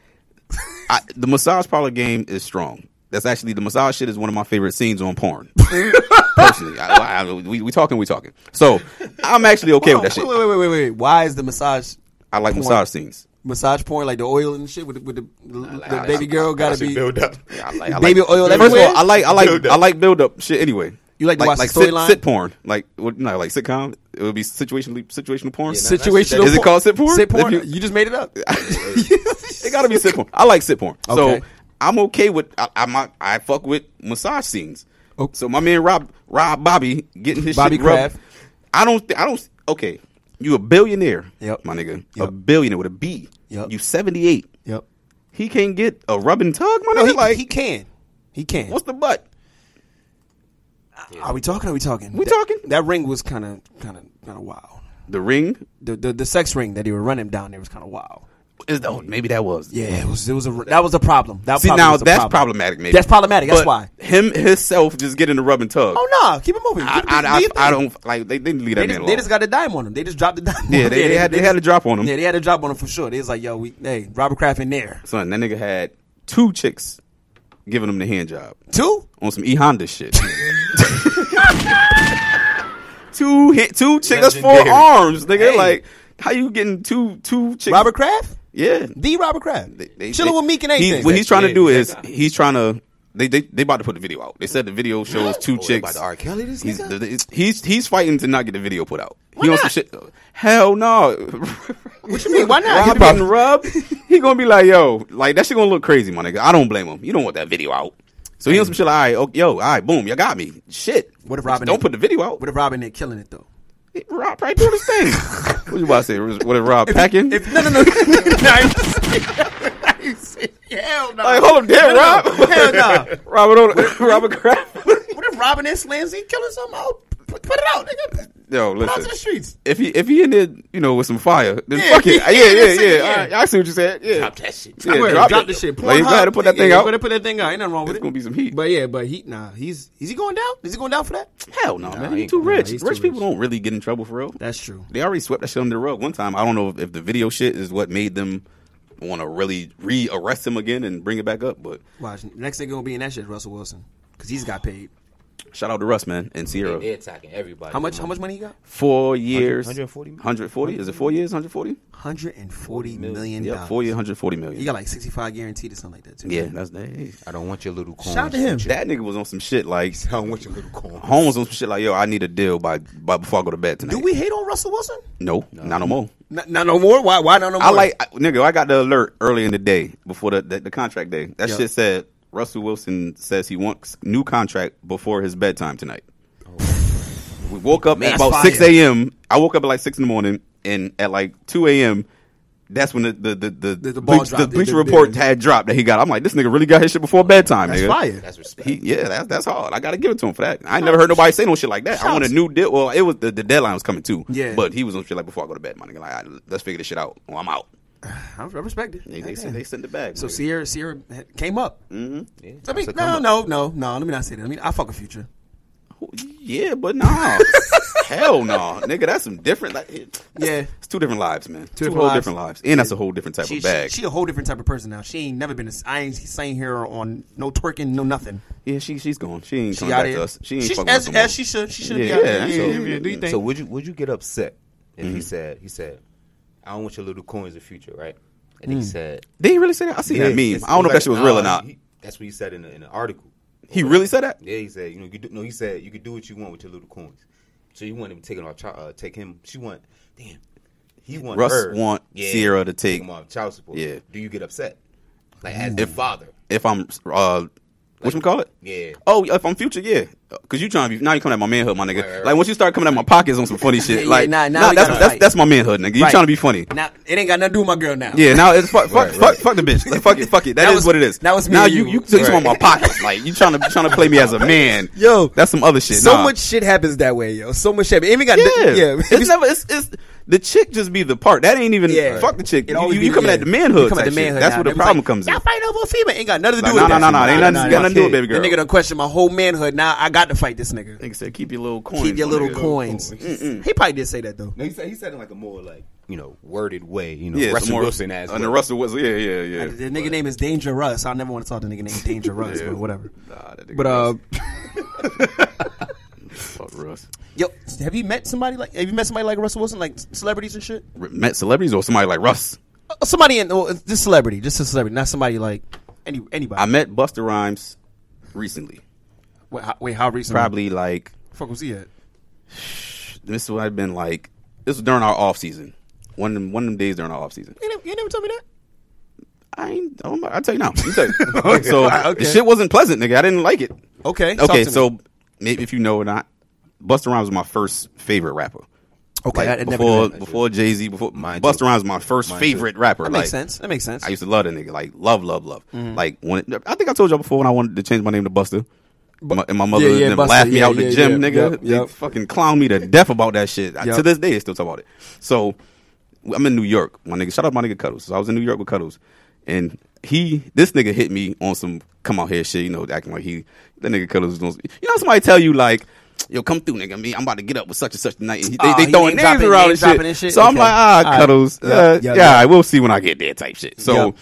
I, the massage parlor game is strong. That's actually the massage shit is one of my favorite scenes on porn. Personally, I, I, we, we talking, we talking. So I'm actually okay with that shit. Wait, wait, wait, wait, wait. Why is the massage I like Porn. massage scenes. massage porn like the oil and shit with the, with the, the, the I- baby I- girl gotta Should be? build up. I like, I Baby like, oil First everywhere? of all, I like I like Build up. I like build up shit anyway. You like to like watch like the sit, storyline? sit porn like what no like sitcom. It would be situational situational porn. Yeah, nah, Situational. Is it called sit porn? Sit porn. If You, you- just made it up. it gotta be sit porn. I like sit porn. Okay. So I'm okay with I, I'm not- I fuck with massage scenes. Oh. So my man Rob Rob Bobby getting his Bobby shit rubbed. Kraft. I don't th- I don't okay. You a billionaire, Yep. my nigga. A Yep. billionaire with a B. Yep. You seventy eight. Yep. He can't get a rub and tug, my No, nigga. Oh, he, like he can. He can. what's the butt? Are we talking? Are we talking? We That- talking. That ring was kind of, kind of, kind of wild. The ring The, the the sex ring that they were running down there was kind of wild. is the oh, maybe that was. Yeah, it was. It was a. That was a problem. That See probably now was a that's problem. problematic. Maybe That's problematic. That's But why. him himself just getting a rub and tug. Oh no, keep it moving. I, Keep it- do I, your I, I thing. don't like they, they didn't leave that They man just, alone. they just got a dime on them. They just dropped the dime. Yeah, on them. they, they had they had a drop on him. Yeah, they had a drop on them for sure. They was like, "Yo, we hey Robert Kraft in there Son, that nigga had two chicks giving him the hand job too." on some E Honda shit. two hit two chicks. That's four Legendary. arms, nigga. Hey. Like how you getting two two chicks? Robert Kraft, yeah. the Robert Kraft, They- chilling they- with Meek and he- anything. what he's trying to do Yeah, is he's trying to They they they about to put the video out. They said the video shows two Oh, they chicks. about to R. Kelly this he's, nigga? he's he's he's fighting to not get the video put out. he on some shit. Hell no. what you mean? Why not? Rob and rub. He gonna be like yo, like that shit gonna look crazy, my nigga. I don't blame him. You don't want that video out. So he on some shit. Like, all right, oh, yo, all right, boom, you got me. Shit. What if Robin- Don't put the video out. What if Robin there killing it though? Rob probably doing his thing. what you about to say? What if Rob packing? If, no, no, no. Hell no. like, hold up, damn, Rob. Hell no. Robert, on, Robert Kraft. What if Robin and Slanzy killing something? I'll put, put it out, nigga. Yo, Put it out to listen. the streets. If he if he in there, you know, with some fire, then Yeah, fuck it. yeah, Yeah, yeah, yeah, yeah. yeah. All right, I see what you said. Yeah, Drop that shit. Yeah, I'm ready to drop drop it. this shit. Like, you Pornhub, gotta put that yeah, thing you out. Gotta put that thing out. Ain't nothing wrong with It's it. gonna be some heat. But yeah, but he nah. He's is he going down? Is he going down for that? hell no, he man. He's ain't too gonna- rich. he's too rich people rich. don't really get in trouble for real. That's true. They already swept that shit under the rug one time. I don't know if, if the video shit is what made them want to really re-arrest him again and bring it back up. But Watch. Next thing gonna be in that shit is Russell Wilson because he's got paid. shout out to Russ, man, and Sierra. They're attacking everybody. How much? How much money he got? Four years, 140 million? hundred forty. Is it four years? Hundred forty. Hundred and forty million Yeah, dollars. four years, hundred forty million. He got like sixty five guaranteed or something like that too. yeah, that's that. I don't want your little corn. Shout out to him. That nigga was on some shit like I don't want your little corn. Holmes was on some shit like yo. I need a deal by by before I go to bed tonight. Do we hate on Russell Wilson? No, not no more. Not, not no more. Why? Why not no more? I like I, nigga. I got the alert early in the day before the the, the contract day. That Yeah. shit said Russell Wilson says he wants new contract before his bedtime tonight. We woke up Oh. Man, at that's about fire. six a.m. I woke up at like six in the morning, and at like two a.m. That's when the the the the, The- the ball Bleach- dropped. Bleacher The- the- Report the- had dropped that he got. I'm like, this nigga really got his shit before bedtime. That's nigga. fire. That's respect. He, yeah, that's that's hard. I gotta give it to him for that. I ain't never heard nobody say no shit like that. I want a new deal. Well, it was the, the deadline was coming too. Yeah. but he was on shit like before I go to bed, my nigga. Like, all right, let's figure this shit out. Or I'm out. I respect it. They they, Goddamn. sent, they sent it back. So nigga. Sierra, Sierra came up. Yeah, Mm-hmm. I mean, that's a come no, up. no, no, no. Let me not say that. I mean, I fuck a future. yeah, but nah, hell nah, nigga. That's some different. Like, it- Yeah. it's two different lives, man. Two, different whole lives. different lives, and that's a whole different type She, of she, bag. she a whole different type of person now. She ain't never been. A, I ain't seen her on no twerking, no nothing. yeah, she she's gone. She ain't She coming out back here. to us. She ain't She's- fucking as, with us no more. as she should. She should Yeah, be out yeah, here. Yeah, so- yeah, yeah. Do you Mm-hmm. think? So would you would you get upset if he said he said, "I don't want your little coins in the future," right? And Mm. he said, Did he really say that? I seen that meme. It's- I don't know if that it's shit was like, real or nah, not. he- that's what he said in, the, in the article. He really said that. Yeah, he said, you know, you do, no, he said you could do what you want with your little coins. So you want him taking off, chi- uh, take him. She want, damn, he want Russ her. want Sierra to take- him off child support. Yeah. do you get upset? Like as the father, if I'm uh what you call it? Yeah. Oh, if I'm future, yeah. Cause you trying to be now you coming at my manhood, my nigga. Right, right, Like once you start coming at my pockets on some funny shit, Yeah, like nah, now nah, we that's, gotta that's fight. that's my manhood, nigga. You Right. trying to be funny? Now it ain't got nothing to do with my girl now. Yeah, now it's fuck, fuck, Right, fuck, right. fuck the bitch. Like, fuck it, fuck it. That Now is it's- what it is. now it's me Now and you you. you talking Right. my pockets. Like you trying to trying to play me as a man. Yo. that's some other shit. So Nah. much shit happens that way, yo. So much shit. happen. It even got Yeah, yeah. It's never. It's, it's the chick just be the part. That ain't even Yeah. fuck the chick. It You, always you be- coming yeah. at the manhood. You coming type at the manhood. Shit. That's now. where the They was problem like, comes in. Y'all fighting over a female. Ain't got nothing to do with Like, nah, that. nah, nah, nah. Ain't Nah, nothing- nah, got nah. nothing to do with baby girl. The nigga done question my whole manhood. Now I got to fight this nigga. Nigga said, keep your little coins. Keep your my little nigga. coins. He probably did say that though. no, he said he said in like a more like you know worded way, you know, Yeah, Russell some more- Wilson as And well. the Russell Wilson. Yeah, yeah, yeah. The nigga name is Dangerous. I never want to talk to the nigga named Dangerous, Yeah. but whatever. Nah, that nigga But uh, Fuck Russ. yo, have you met somebody like? Have you met somebody like Russell Wilson, like celebrities and shit? Met celebrities or somebody like Russ. Uh, Somebody in oh, this celebrity, just a celebrity, not somebody like any anybody. I met Buster Rhymes recently. wait, how, wait, how recently? Probably like Fuck was he at? this would have been like this was during our off season. One of them, one of them days during our off season. You never, you never told me that. I ain't. I don't know. I'll tell you now. You tell you. So the shit wasn't pleasant, nigga. I didn't like it. Okay. talk Okay. to me. So maybe if you know or not, Buster Rhymes was my first favorite rapper. okay, Like, I, I never knew before that. before Jay Z, before Mine Buster too. Rhymes was my first Mine too. favorite rapper. That like, makes sense. That makes sense. Mm-hmm. I used to love that nigga. Like love, love, love. Like when it, I think I told y'all before when I wanted to change my name to Buster. My, and my mother Yeah, yeah, them Buster. laughed me Yeah, out the yeah, gym, yeah. nigga. Yep, They yep. fucking clown me to death about that shit. I- to Yep. this day, they still talk about it. So I'm in New York. My nigga, shout out my nigga Cuddles. So I was in New York with Cuddles, and he, this nigga hit me on some come out here shit. You know, acting like he, that nigga Cuddles was doing. some- You know, how somebody tell you like. Yo, come through, nigga. Me, I'm about to get up with such and such tonight. And he- they, Oh, they he throwing name names dropping- around name and shit. dropping and shit? So I'm Okay. like, ah, All right. cuddles. Yeah, uh, yeah, yeah, yeah. all right, we'll see when I get there, type shit. So Yep.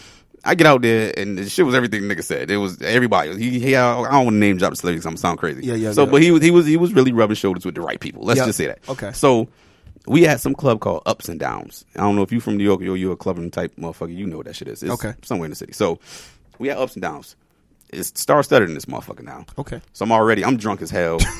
I get out there, and the shit was everything the nigga said. It was everybody. He, he I don't want to name drop the celebrities. I'm sound crazy. Yeah, yeah, So, yeah. but he was he was he was really rubbing shoulders with the right people. Let's Yep. just say that. Okay. So we had some club called Ups and Downs. I don't know if you from New York, you're you're a clubbing type motherfucker. You know what that shit is. It's Okay. Somewhere in the city. So we had Ups and Downs. it's star studded in this motherfucker now. Okay. So I'm already I'm drunk as hell. It's-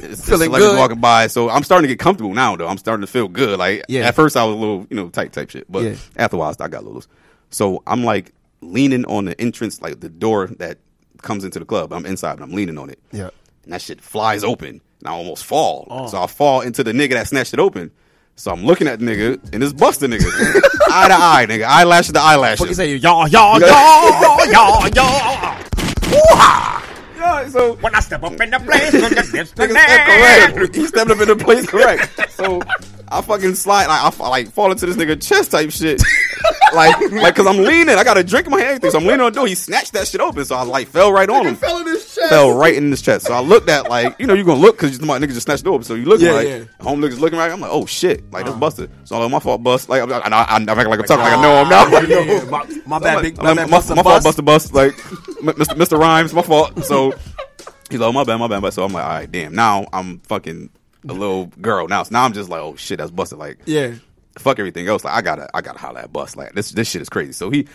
Feeling it's celebrities good. walking by, so I'm starting to get comfortable now. Though I'm starting to feel good. Like Yeah. at first I was a little you know tight type shit, but Yeah. afterwards I got a little. loose. So I'm like leaning on the entrance, like the door that comes into the club. I'm inside, but I'm leaning on it. Yeah. And that shit flies open, and I almost fall. So I fall into the nigga that snatched it open. So I'm looking at the nigga, and it's Buster nigga, eye to eye, nigga, eyelash to eyelash. What you say? Y'all, y'all, y'all, y'all, y'all. Yeah, so When I step up in the place, look at this Nigga stepped correct. He stepped up in the place correct. So I fucking slide like I f- like fall into this nigga chest type shit. like like cause I'm leaning. I got a drink in my hand everything. So I'm leaning on the door. He snatched that shit open. So I like fell right on him. Fell in his chest. Fell right in his chest. So I looked at like, you know, you're gonna look cause you- my nigga just snatched it open. So you looking Yeah, like yeah. home niggas looking right. I'm like, oh shit, like that's busted. So I'm like, my fault bust. Like I'm, I, I, I'm acting like I'm talking like I know him now. Like, Yeah, yeah, my, my bad, I'm big. like, my, bad, my, Busta my fault, Bust. Buster Bust. Like, M- Mr. Mr. Rhymes, my fault. So he's like, oh, my bad, my bad. But so I'm like, all right, damn. Now I'm fucking a little girl. Now, now I'm just like, oh shit, that's busted. Like, Yeah. fuck everything else. Like, I gotta, I gotta holler at Bust. Like, this, this shit is crazy. So he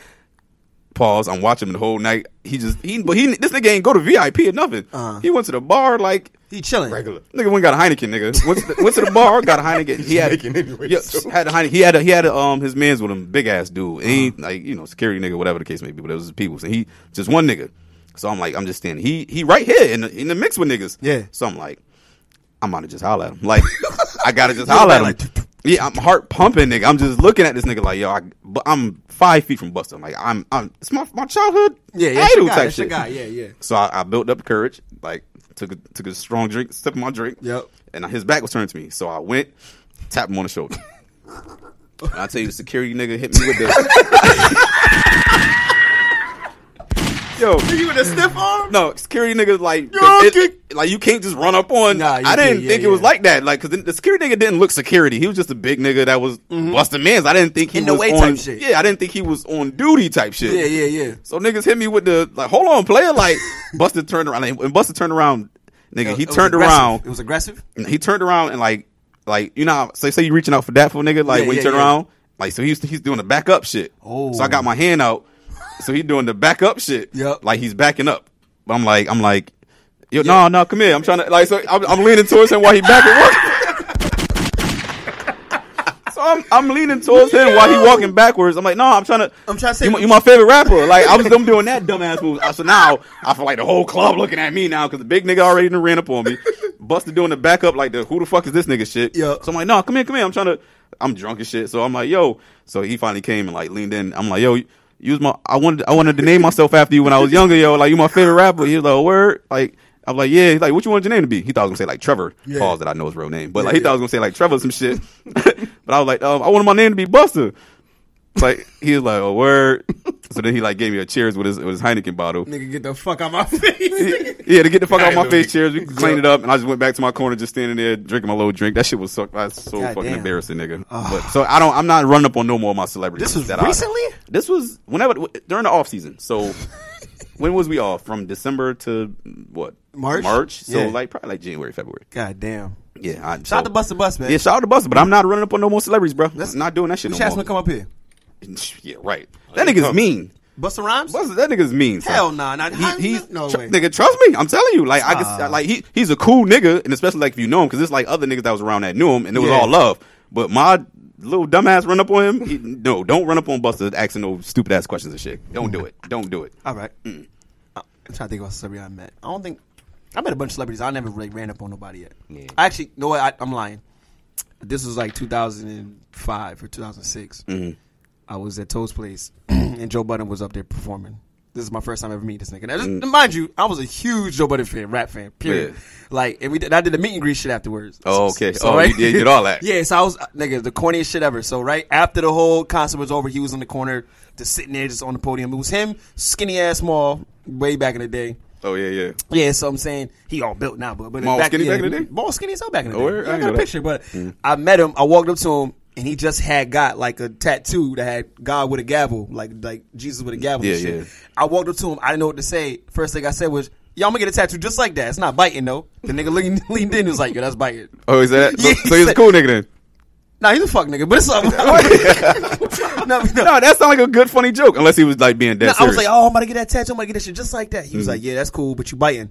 pause. I'm watching him the whole night. He just, he, but he, this nigga ain't go to VIP or nothing. Uh-huh. He went to the bar like. He chilling. Nigga went and got a Heineken. Nigga went to the, went to the bar, got a Heineken. He had anyway, yeah, so- had a Heineken. He had a, he had a, um his man's with him, big ass dude. And he like you know security nigga, whatever the case may be. But it was his people. So he just one nigga. So I'm like I'm just standing. He he right here in the, in the mix with niggas. Yeah. So I'm like I'm about to just holler at him. Like I gotta just holler at him. like, yeah, I'm heart pumping, nigga. I'm just looking at this nigga like yo, I, but I'm five feet from Buster. I'm like I'm I'm it's my my childhood Yeah, yeah, idol it's your guy, type it's your shit. guy, yeah, yeah. So I, I built up courage, like took a, took a strong drink, sip of my drink. Yep. And his back was turned to me, so I went, tapped him on the shoulder. And I tell you, the security nigga hit me with this. Yo, You in a stiff arm? no, security niggas like Yo, it- okay. like you can't just run up on. Nah, you I didn't can't, yeah, think it was yeah. like that, like because the, the security nigga didn't look security. He was just a big nigga that was busting mans. I didn't think he Mm-hmm. In the was way on, type shit. Yeah, I didn't think he was on duty type shit. Yeah, yeah, yeah. So niggas hit me with the like, hold on, player. Like Buster turned around, like, and Buster turned around, nigga. he It was turned aggressive. around, It was aggressive. he turned around and like like you know how- say say you reaching out for that for a nigga like Yeah, when yeah, you turn yeah. around like so he's he's doing the back up shit. Oh. So I got my hand out. So he doing the back up shit. Yep. Like he's backing up. But I'm like I'm like yo no no come here I'm trying to like so I'm, I'm leaning towards him while he backing up. So I'm, I'm leaning towards him while he walking backwards. I'm like, no, I'm trying to. I'm trying to say- you, my- you my favorite rapper. Like I was them doing that dumbass move. Uh, So now I feel like the whole club looking at me now because the big nigga already done ran up on me. Buster doing the backup like the who the fuck is this nigga shit. Yeah. So I'm like, no, come here, come here. I'm trying to. I'm drunk as shit. So I'm like, yo. So he finally came and like leaned in. I'm like, yo. Use my. I wanted. I wanted to name myself after you when I was younger, yo. Like you, my favorite rapper. He was like, word. Like I'm like, yeah. He's like, what you wanted your name to be? He thought I was gonna say like Trevor. Yeah. Pause that I know his real name, but like he thought I was gonna say like Trevor or some shit. but I was like, um, I wanted my name to be Buster. Like he was like, a word. So then he like gave me a cheers with his with his Heineken bottle. Nigga, get the fuck out my face. Yeah, to get the fuck out my face, cheers. We cleaned it up, and I just went back to my corner, just standing there drinking my little drink. That shit was so that's so God fucking damn. embarrassing, nigga. But so I don't, I'm not running up on no more of my celebrities. This was I- recently? this was whenever during the off season. So when was we off? From December to what? March? March. So Yeah. like probably like January, February. God damn. Yeah. I, Shout out to Buster Bus, man. Yeah, shout out to Buster, but I'm not running up on no more celebrities, bro. That's not doing that shit. we No should ask him more. to come up here. Yeah, right. That nigga's mean. Buster Rhymes? Buster, that nigga's mean. son. Hell nah, nah, he, he's no tr- way. nigga. Trust me, I'm telling you. Like I can, like he he's a cool nigga, and especially like if you know him, because it's like other niggas that was around that knew him, and it was Yeah. all love. But my little dumbass run up on him. he- no, don't run up on Buster asking no stupid ass questions and shit. Don't do it. Don't do it. All right. Mm. I'm trying to think about a celebrity I met. I don't think I met a bunch of celebrities. I never really ran up on nobody yet. Yeah. I actually, no, I, I'm lying. This was like 2005 or 2006. I was at Toast Place, and Joe Budden was up there performing. This is my first time ever meeting this nigga. Now, just, mind you, I was a huge Joe Budden fan, rap fan, period. Yeah. Like, and we did, I did the meet and greet shit afterwards. Oh, okay. Oh, you did- you did all that. yeah, so I was nigga the corniest shit ever. So right after the whole concert was over, he was in the corner, just sitting there, just on the podium. It was him, skinny ass Maul, way back in the day. Oh yeah, yeah. Yeah, so I'm saying he all built now, but but Maul skinny yeah, back in the day? Maul skinny as hell back in the day. Oh, where? Yeah, I I, didn't got know a that. picture, but Mm. I met him. I walked up to him, and he just had got like a tattoo that had God with a gavel, like like Jesus with a gavel. and Yeah, shit. yeah. I walked up to him. I didn't know what to say. First thing I said was, "Y'all gonna get a tattoo just like that. It's not biting though." The nigga leaned, leaned in, and was like, "Yo, that's biting." Oh, is that? Yeah, so, so he's a he cool nigga then. Nah, he's a fuck nigga, but it's something. no, no. No, that sounds like a good funny joke. Unless he was like being No, dead I was serious. Mm. like, oh, I'm about to get that tattoo. I'm about to get that shit just like that. He was like, yeah, that's cool, but you biting.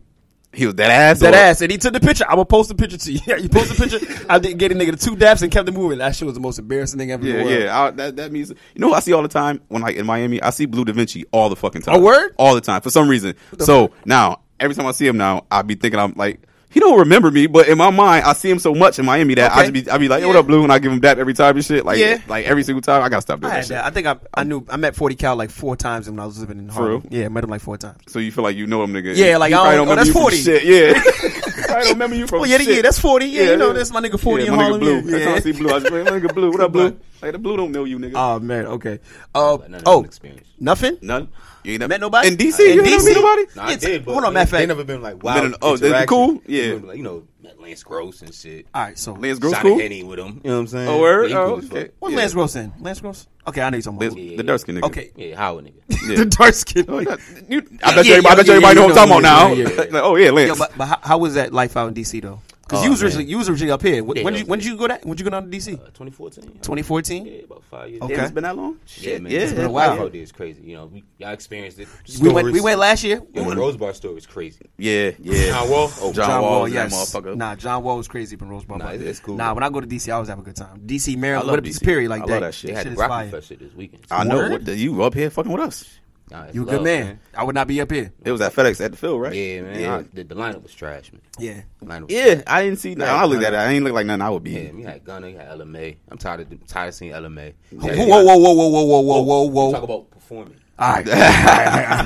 he was dead ass. That or- ass. And he took the picture. I'm going to post the picture to you. Yeah, you post the picture. I did get a nigga the two daps and kept it moving. That shit was the most embarrassing thing ever. in the Yeah, world. yeah. I, that that means you know who I see all the time when like in Miami. I see Blue Da Vinci all the fucking time. A Oh, word? All the time for some reason. So now every time I see him now, I be thinking I'm like. He don't remember me, but in my mind, I see him so much in Miami that I Okay. just be, I be like, "Yo, Yeah. what up, Blue?" And I give him dap every time and shit. Like, Yeah. like every single time, I gotta stop doing I, that had shit. that. I think I, I knew I met Forty Cal like four times when I was living in Harlem. real? Yeah, I met him like four times. So you feel like you know him, nigga. Yeah, like, You I probably don't- oh, remember that's you from Shit. Yeah, I don't remember you from. Oh yeah, shit. yeah, that's forty. Yeah, you know yeah. that's my nigga forty yeah, in my nigga Harlem. Blue. yeah, Every time I see Blue, I just be like, "My nigga Blue, what up, Blue?" Like the Blue don't know you, nigga. Oh man, okay. Uh, none of oh, them experience. nothing. None. You ain't never Met nobody Uh, in DC. you ain't never met nobody. Nah, I It's- did, but hold on, they- matter of fact. they never been like Been wild. in- oh, they- they interaction. cool? Yeah. Remember, like, you know, met Lance Gross and shit. All right, so Lance Gross Shot cool. a henny with him. You know what I'm saying? Oh, word? Yeah, he Oh, cool as fuck. okay. what's yeah. Lance Gross in? Lance Gross? Okay, I know you're talking about. Lance- Yeah, the yeah. dark skin nigga. Okay, Yeah, how a nigga. Yeah. the dark skin. Oh, Yo, yeah. You- I bet Yeah, you everybody, I yeah, bet yeah, you everybody know you what I'm know, talking about now. yeah, yeah, yeah. Like, oh yeah, Lance. but, but how, how was that life out in DC though? Because Oh, you was man. originally you was originally up here. When, Yeah, when did that you was when did me. you go down? When did you go down to DC? Uh, 2014. 2014. Yeah, about five years. Okay. Damn, it's been that long. Yeah, man. yeah, it's been a while. Out there is crazy. You know, we, y'all experienced it. We went we Stories. went last year. Yo, the Rose Bar story is crazy. yeah, yeah. John Wall? Oh, John, Wall, was that yes. motherfucker. Nah, John Wall was crazy up in Rose Bar. Nah, but- it's- it's cool. Nah, when I go to DC, I always have a good time. DC, I Maryland, love what DC. period like I that? love that shit. They That had the is Rocky fire. Fest shit this weekend. I know Word? what the, you up here fucking with us. Nah, it's You a love, good man. I would not be up here. It was at FedEx at the field, right? Yeah, man. I- the, the lineup was trash, man. Yeah. The lineup was Yeah, I didn't see. Nah, Yeah, I looked nah. at it. I ain't look like nothing. I would be. Yeah, in. we had Gunna, you had LMA. I'm tired of I'm tired of seeing LMA. Whoa, whoa, whoa, whoa, whoa, whoa, whoa, whoa, whoa. Talk about performing. All right. All right, all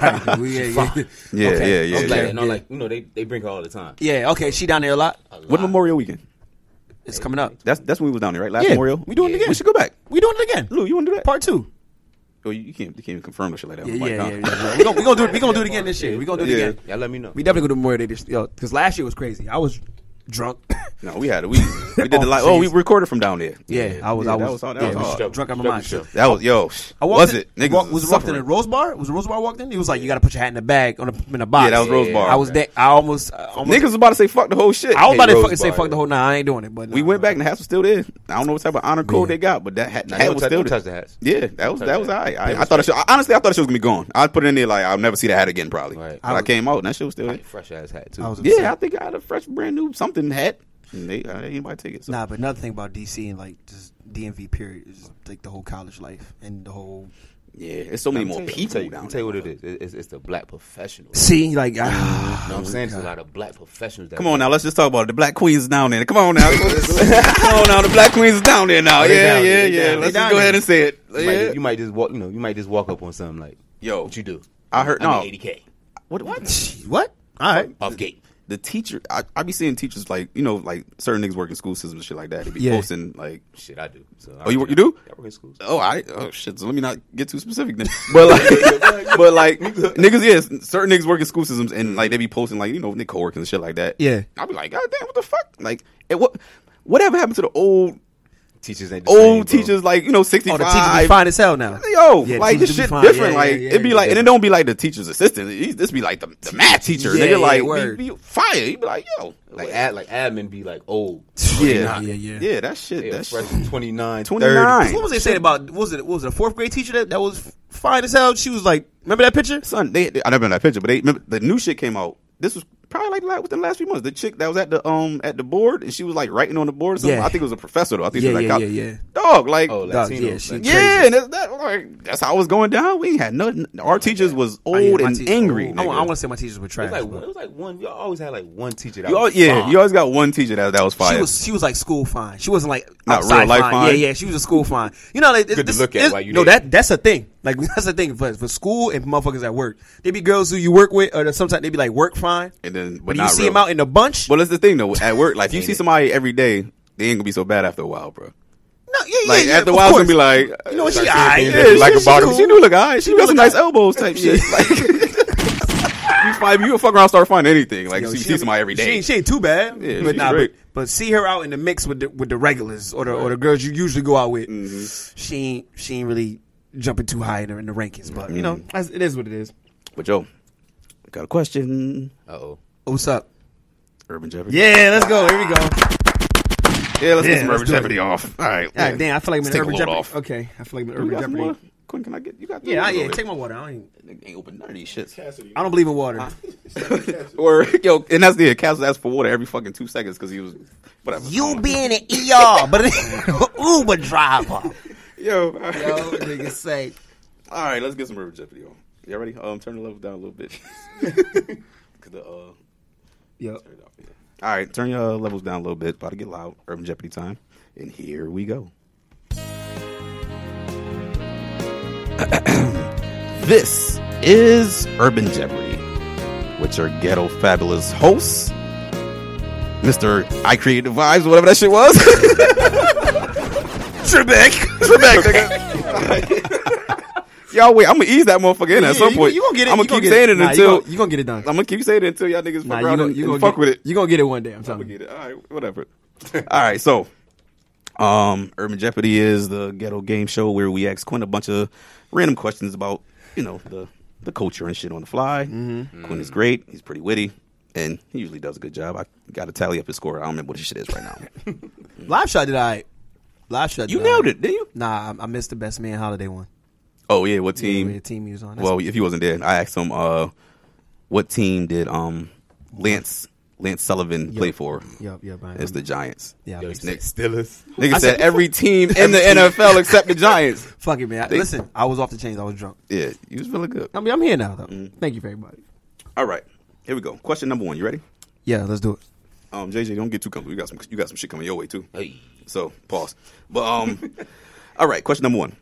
right, all right. We- yeah, yeah. Yeah, Okay. yeah, yeah, I'm Okay. glad, and I'm like, you know, they, they bring her all the time. Yeah, okay. She down there a lot. A lot. What Memorial Weekend? It's coming up. That's that's when we was down there, right? Last Yeah, Memorial. we doing it Yeah. again. We should go back. We doing it again. Lou, you want to do that? Part two. Oh, you, you can't. You can't even confirm no shit like that. Yeah, on the yeah, mic, yeah. huh? yeah. We're gonna, we gonna do it. We gonna do it again this year. We gonna do it Oh Yeah. again. Y'all let me know. We definitely gonna do Memorial Day this yo, because last year was crazy. I was drunk. No, we had it. We we did the Oh, live. Oh, we jeez. recorded from down there. Yeah, I was. I Yeah, was. that was- that yeah, was I was hard. drunk out my Struggle mind. show. That was yo. I walked was in- it? Niggas walk- was walked in suffering. a Rose Bar. Was Rose Bar walked in? He was like, "You got to put your hat in the bag on a, in a box." Yeah, that was Rose Bar. I was there. I almost, I almost Niggas was about to say fuck the whole shit. I was about Hey, to Rose fucking say Bar. fuck the whole. Nah, I ain't doing it. But We nah, went nah. back and the hat was still there. I don't know what type of honor code Yeah. they got, but that hat, Nah, hat don't was touch- still don't there. touch the hats. Yeah, that was Touch that the was hat. alright. That I, I was thought it should, honestly I thought she was gonna be gone. I put it in there like I'll never see that hat again probably. Right. But I I, was- came out and that shit was still there. Like, fresh ass hat too. I was upset. Yeah, I think I had a fresh brand new something hat. And they, I didn't buy tickets. So. Nah, but another thing about DC and like just DMV period is just, like the whole college life and the whole. Yeah, there's so many more people tell you, down I'll tell you there. what it is. It- It's, it's the black professionals. See, like You ah, know what I'm saying? There's a lot of black professionals. That Come on now, let's just talk about it. The black queens is down there. Come on now, come on now. The black queens is down there now. Oh, they yeah, down yeah, there. They yeah. down Let's there. just go ahead and say it. You, might, Yeah. just- you might just walk. You know, you might just walk up on something like, Yo. what you do?" I heard- I'm no. eighty k what? What? what? All right, off gate. the teacher I, I be seeing teachers like you know like certain niggas work in school systems and shit like that they be Yeah. posting like Shit, I do. So Oh, you work- you do? I work in schools. oh I oh shit so let me not get too specific then but like but like niggas yes certain niggas work in school systems and like they be posting like you know their coworkers and shit like that Yeah. I be like god damn what the fuck like it, what whatever happened to the old Teachers ain't the same, bro. old teachers like you know sixty oh, five the teachers be fine as hell now. Yo, Yeah, like this teachers be shit fine. different. Yeah, like yeah, yeah, it be yeah, like, and it different. don't be like the teacher's assistant. It- This be like the, the math teacher. Yeah, Nigga, yeah, like word. be, be fire. He be like, yo, like ad, like admin be like old. Yeah, yeah, yeah. yeah. That shit. Yeah, that fresh shit. 29, 29. 30. What was they saying about? what Was it what was it a fourth grade teacher that, that was fine as hell? She was like, remember that picture? Son, they, they- I never been that picture, but they remember the new shit came out. This was probably like la- within the last few months. The chick that was at the um at the board and she was like writing on the board. Or something. Yeah. I think it was a professor though. I think Yeah, she was yeah, like, yeah, yeah. dog, like. Oh, Dog, Latino. yeah, she- Like, yeah, crazy. and that's, that, like, that's how it was going down. We ain't had nothing. Our teachers was old Oh, yeah, my and teacher- angry. I, nigga. want to say my teachers were it trash. was like but- one, it was like one. We always had like one teacher. That You al- was yeah, bomb. you always got one teacher that that was fire. She was she was like school fine. She wasn't like Not outside real life fine. fine? Yeah, yeah. She was a school fine. You know, like, to this- look at this- while you no, there. that that's a thing. Like that's the thing for for school and motherfuckers at work. They be girls who you work with, or sometimes they be like work fine, And then- but when you not see real. them out in the bunch. Well, that's the thing though. At work, like if you Ain't see it? somebody every day, they ain't gonna be so bad after a while, bro. no, yeah, yeah, Like yeah, after a of while, it's gonna course. be like, you know what? She like, alright. yeah, Yeah, she she- like a she bottom. cool. She do look alright. She, She got some look nice elbows type shit. Like, you find you a fuck around, start finding anything. Like Yo, so you see somebody every She day. ain't, she ain't too bad. Yeah, but, she's nah, but great. but see her out in the mix with the, with the regulars or the or the girls you usually go out with. Mm-hmm. She ain't she ain't really jumping too high in the, in the rankings. But you know, Mm-hmm. that's- it is what it is. But yo, got a question, Uh oh. What's up? Urban Jeopardy. Yeah, let's go. Here we go. Yeah, let's get Yeah, let's some urban do it. Jeopardy off. All right. God damn, I feel like I'm Let's in take a Urban load Jeopardy. off. Okay, I feel like I'm in You Urban got some Jeopardy. more? Quentin, can I get you got? Yeah, I- yeah. Take my water. I ain't. Nigga ain't open none of these shits. I don't believe in water. Or yo, and that's the Castle asked for water every fucking two seconds because he was whatever. You being an ER, but Uber driver. Yo, yo, Oh, nigga say. all right, let's get some Urban Jeopardy on. Y'all ready? Um, turn the level down a little bit. 'Cause the, uh, Yo. turn it off, yeah. All right, turn your uh, levels down a little bit. About to get loud. Urban Jeopardy time, and here we go. this is Urban Jeopardy, which are ghetto fabulous hosts, Mister I Created the Vibes, whatever that shit was. Trebek, Trebek, nigga. Y'all wait, I'm gonna ease that motherfucker in at some point. You, you gonna get it. I'm you gonna gonna keep get saying it Nah, until you gonna, you gonna get it done. I'm gonna keep saying it until y'all niggas fuck Nah, you around gonna, and, you gonna and fuck get, with it. You gonna get it one day. I'm I'ma telling you. get it. All right, whatever. All right, so um, Urban Jeopardy is the ghetto game show where we ask Quinn a bunch of random questions about you know the the culture and shit on the fly. Quinn is great. He's pretty witty. And he usually does a good job. I got to tally up his score. I don't remember what his shit is right now. Live shot did I? Live shot. you did all nailed right. it, didn't you? Nah, I, I missed the best man holiday one. Oh yeah, what Yeah, team? where the team he was on. That's- well, if he wasn't there, I asked him uh, what team did um Lance Lance Sullivan play for? Yup, yup, I- It's the Giants. yeah, I missed it. Nick, Stillers. Nigga said, every team in the NFL except the Giants. Fuck it, man. I- They- Listen, I was off the chains. I was drunk. Yeah, you was feeling good. I mean, I'm here now though. Mm. Thank you for everybody. All right, here we go. Question number one. You ready? Yeah, let's do it. Um, JJ, don't get too comfortable. You got some. You got some shit coming your way too. Hey. So pause. But um, all right. Question number one.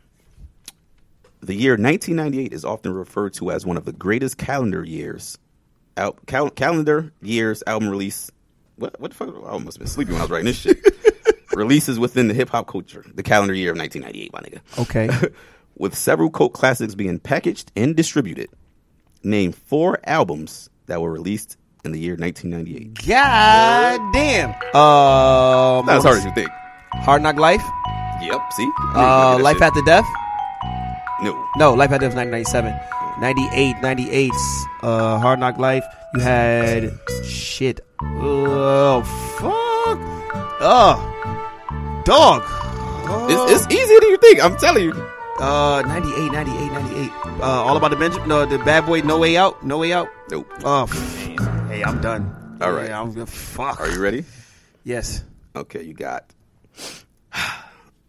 The year 1998 is often referred to as one of the greatest calendar years. Out cal- calendar years album release. What what the fuck? I must have been sleepy when I was writing this shit. Releases within the hip hop culture. The calendar year of 1998, my nigga. Okay. with several cult classics being packaged and distributed. Name four albums that were released in the year 1998. God damn. Um, Not as hard as you think. Hard Knock Life. Yep. See. Uh, Life After Death. No. No, Life After Death was 1997. 98, 98, uh, Hard Knock Life. You had shit. Oh, fuck. Oh, dog. Oh. It's, it's easier than you think. I'm telling you. uh, 98, 98, 98. Uh, All About the Benjamin, no, the Bad Boy, No Way Out, No Way Out. Nope. Oh, f- hey, I'm done. All right. Yeah, I'm, fuck. Are you ready? Yes. Okay. You got.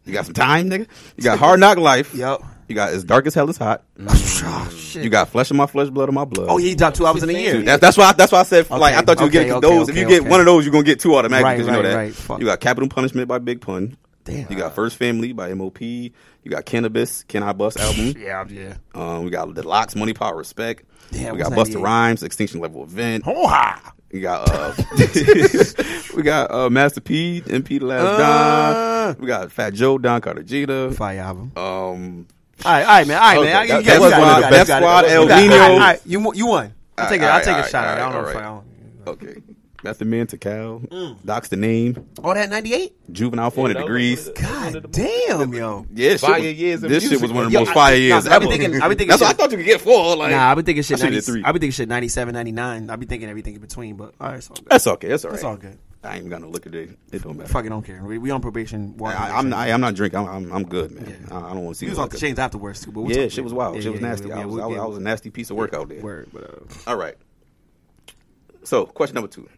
You got some time, nigga. You got Hard Knock Life. Yup. You got As Dark as Hell is Hot. Oh, shit. Mm. You got Flesh of My Flesh, Blood of My Blood. Oh, yeah, you dropped two albums in a year. Dude, that's that's why that's why I said like I Okay, thought you would okay, get okay, those. okay, if you get okay. one of those, you're gonna get two automatically. Right, 'cause you know right, that. right, fuck. You got Capital Punishment by Big Pun. Damn. You got First Family by M.O.P. You got Cannabis, Can I Bust album. yeah, yeah. Um, we got The Locks, Money, Power, Respect. Damn, we got what's Buster 98? Rhymes, Extinction Level Event. Oh, We got uh, we got uh, Master P, MP The Last Uh. Don. We got Fat Joe, Don Carter Jeter. Fire album. Um, All right, all right, man. All right, Okay, man. I- that- you got- that you was got one it, you of the got it, best you got it. squad, El You got it. Nino. All right, all right, you won- you won. I'll All take it. right, I'll take all a right, shot. at it. I all don't know right, if I all right. don't. okay, Master Man Takal, Doc's the name, All Mm. Oh, that ninety eight. Juvenile 400 Degrees. God damn, yo. Yeah, shit Fire was- years of This shit music. was one of the Yo, most I- fire nah, years I be ever. thinking- I be thinking That's what I shit- thought you could get four. Like, Nah, I've been thinking shit. I should've 90, did three. I've been thinking shit 97, 99. I've been thinking everything in between, but all right, it's all good. that's okay. That's all right. It's all good. I ain't got no liquor today. It don't matter. Fucking don't care. We, we on probation. We're on I, probation. I'm not, I, am not drinking. I'm, I'm, I'm good, man. I, I don't want to see. We was no off the liquor. chains afterwards too. But we'll Yeah, talk shit was later. wild. Yeah, shit was yeah, nasty. yeah, I, was, we'll I, was, get- I was a nasty piece of work out there. Word, but uh, All right. So, question number two.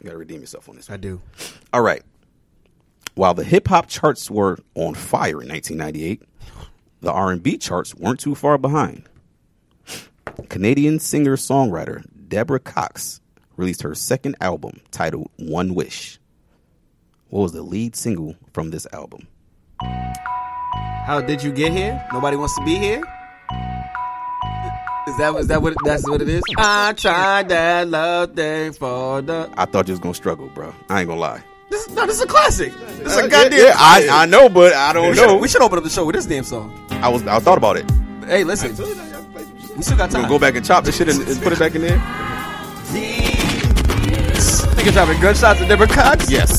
You got to redeem yourself on this I one. do. All right. While the hip hop charts were on fire in 1998, the R&B charts weren't too far behind. Canadian singer-songwriter Deborah Cox released her second album titled One Wish. What was the lead single from this album? How did you get here? Nobody wants to be here. Is that is that what that's what it is? I tried that love thing for the. I thought you was gonna struggle, bro. I ain't gonna lie. This no, this is a classic. This is Uh, a goddamn. yeah, yeah, I, I know, but I don't we, should, know. we should open up the show with this damn song. I was I thought about it. Hey, listen, we still got Gonna time. go back and chop this shit and, and put it back in there. Nigga dropping gunshots at Deborah Cox. Yes.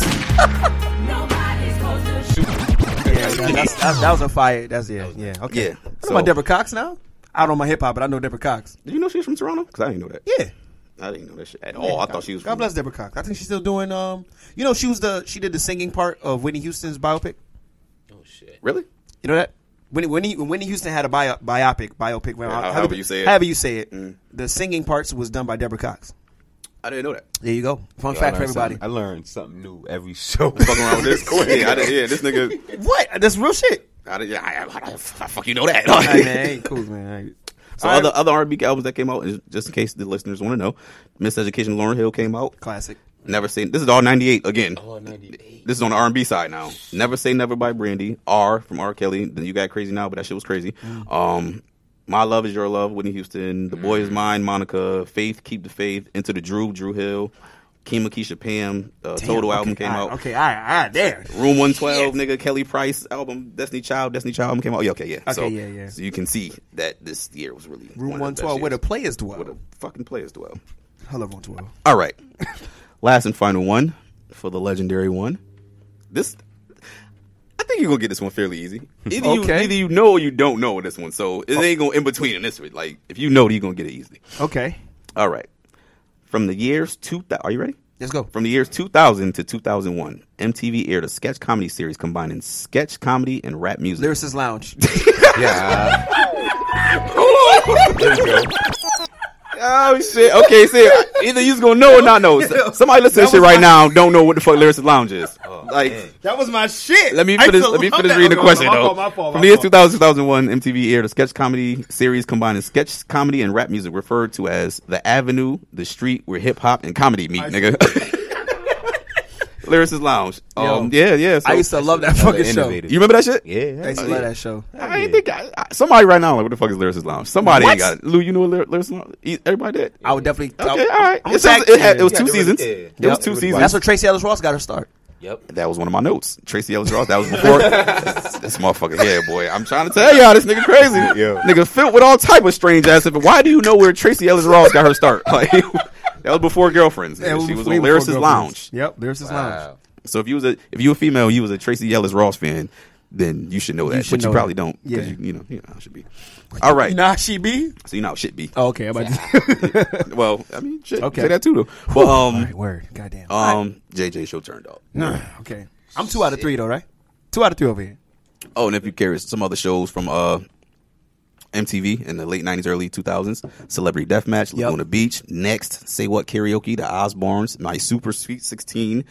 yeah, that, that's, that, that was a fire. That's yeah, yeah, okay. Yeah, I know so- about Deborah Cox now. I don't know my hip hop, but I know Deborah Cox. Did you know she's from Toronto? Because I didn't know that. Yeah, I didn't know that shit at all. I thought she was. God bless Deborah Cox. I think she's still doing. Um, you know, she was the she did the singing part of Whitney Houston's biopic. Oh shit. Really? You know that Whitney Whitney, when Whitney Houston had a bio, biopic biopic. well, however you say it. Mm. However you say it. The singing parts was done by Deborah Cox. I didn't know that. There you go. Fun fact Yo, I for learned everybody. something- I learned something new every show. Fucking around with this. yeah, I didn't, yeah, this nigga. What? That's real shit. I didn't, yeah, I, I, I, how fuck you know that. Hey, man, ain't cool, man. Ain't- so All right. other other R&B albums that came out, is- just in case the listeners want to know, Miseducation, Lauren Hill came out. Oh, Classic. Never say this is all '98 again. Oh, 98. This is on the R&B side now. Never Say Never by Brandy. R from R. Kelly. Then you got Crazy Now, but that shit was crazy. Mm. Um, My Love Is Your Love, Whitney Houston. The Boy Is Mm. Mine, Monica. Faith, Keep the Faith. Into the Drew, Drew Hill. Kima Keisha Pam. Uh, Damn, Total okay, album came all right, out. Okay, all right, all right, there. Room 112, nigga. Kelly Price album. Destiny Child. Destiny Child album came out. Yeah, okay, yeah. Okay, so, yeah, yeah. So you can see that this year was really Room one of the best 112, where the years. players dwell. Where the fucking players dwell. I love 112. All right. Last and final one for the legendary one. This I think you're gonna get this one fairly easy. Okay. Either Oh. you either you know or you don't know this one. So it ain't gonna in between in this one. Like if you know you're gonna get it easily. Okay, All right. From the years two thousand are you ready? let's go. From the years 2000 to 2001, MTV aired a sketch comedy series combining sketch comedy and rap music. Lyricist Lounge. Yeah. Oh shit! Okay, see, either you's gonna know or not know. S- Somebody listen to this shit right now. Don't know what the fuck Lyricist Lounge is. Oh, like That was my shit. Let me finish. Let me finish reading the question though. From the year 2000 2001, MTV aired a sketch comedy series combining sketch comedy and rap music, referred to as the Avenue, the street where hip hop and comedy meet, nigga. Lyricist Lounge. Um, yeah, yeah. So, I used to love that Hella fucking show. innovative. you remember that shit? Yeah. I Oh, used to love that show. I ain't think I, I- somebody right now like what the fuck is Lyricist Lounge? Somebody ain't What? got it. Lou. You know what Lyr- Lyricist Lounge? E- Everybody did. I would definitely. I Okay, would- all right. I'm It's back just- it, had, to it was Yeah, two there was- seasons. yeah. It Yeah, was there two was- That's seasons. where Tracy Ellis Ross got her start. Yep. That was one of my notes. Tracy Ellis Ross. That was before this motherfucker here, boy. I'm trying to tell y'all, this nigga crazy. Yeah. Nigga filled with all type of strange ass. But why do you know where Tracy Ellis Ross got her start? Like that was before girlfriends. nigga. she was on Lyricist Lounge. Yep, Lyricist Lounge. Wow. So if you was a if you a female, you was a Tracy Ellis Ross fan, then you should know that. should but you know probably that. don't. because Yeah. You, you know, you know how it should be. All right. Nah, she be. So you know how it should be. Oh, okay, I'm about to. Well, I mean, shit, Okay. say that too though. But um, Alright, word. Goddamn. um, JJ show turned off. okay. I'm two out of three though, right? Two out of three over here. Oh, and if you carry some other shows from uh MTV in the late nineties, early two thousands, Celebrity Deathmatch, Yep. Laguna Beach, Next, Say What Karaoke, The Osbournes, My Super Sweet Sixteen,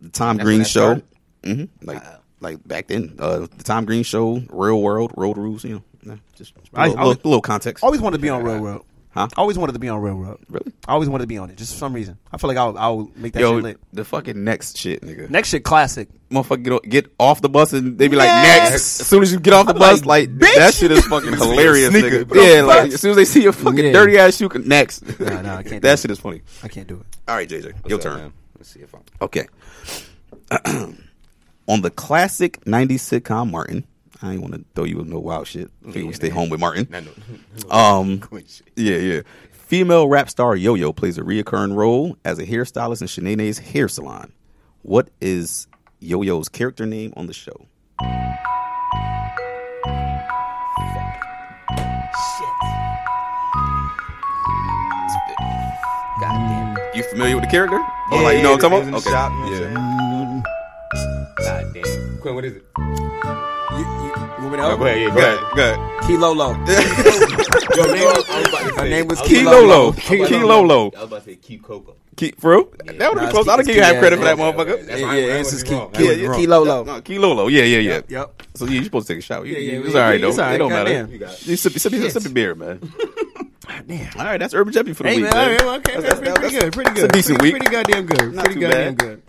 The Tom That's when Green that Show, started? hmm like like back then, uh, The Tom Green Show, Real World, Road Rules, you know, yeah, just a I- little, I was- little- little context. Always wanted to be on railroad. Huh? I always wanted to be on railroad. Really? I always wanted to be on it. Just for some reason, I feel like I'll I'll make that shit Yo, lit. the fucking Next shit, nigga. Next shit, classic. motherfucker get, o- get off the bus and they be like Yes. next. As soon as you get off the bus, like, that shit is fucking hilarious, nigga. Yeah, like as soon as they see your fucking Yeah. dirty ass shoe, con- next. Nah, nah, I can't do that it. shit is funny. I can't do it. All right, JJ, your turn. Let's see if I'm. Okay. On the classic '90s sitcom Martin, I ain't want to throw you with no wild shit. Figure we stay home with Martin. I know. Um, Good shit. yeah, yeah. Female rap star Yo Yo plays a reoccurring role as a hairstylist in Shanae's hair salon. What is Yo Yo's character name on the show? God You familiar with the character? oh, like, you know what I'm talking about? Okay. God damn. Quinn, what is it? You, you, you want me to Oh, help? go ahead, yeah, go Good, ahead. good. Key Lolo. Yo, name, I was about to Her say- name was I was Key Key about to- Lolo. I was about to- Key Lolo. I was about to say Key Coco. Keep, for real? that would have Nah, been close. I don't it's give you Key- half yeah, credit for yeah, that motherfucker. That's Yeah, fine. yeah, I answer's wasn't key. wrong. I Yeah, wasn't yeah, wrong. Key Lolo. No, Key Lolo. Yeah, yeah, yeah. Yep, yep. So yeah, you're supposed to take a shower. You, yeah, you- yeah, it's all right, yeah, though. it's all right. It don't matter. Goddamn. You got it. You sip, sip, sip, Shit. sip a beer, man. All right, that's Urban Jeopardy for the Hey week, man, man. all right, okay, That's- that's, that's- pretty good, pretty that's good, a decent pretty, week. pretty goddamn good, Not pretty too goddamn bad. good,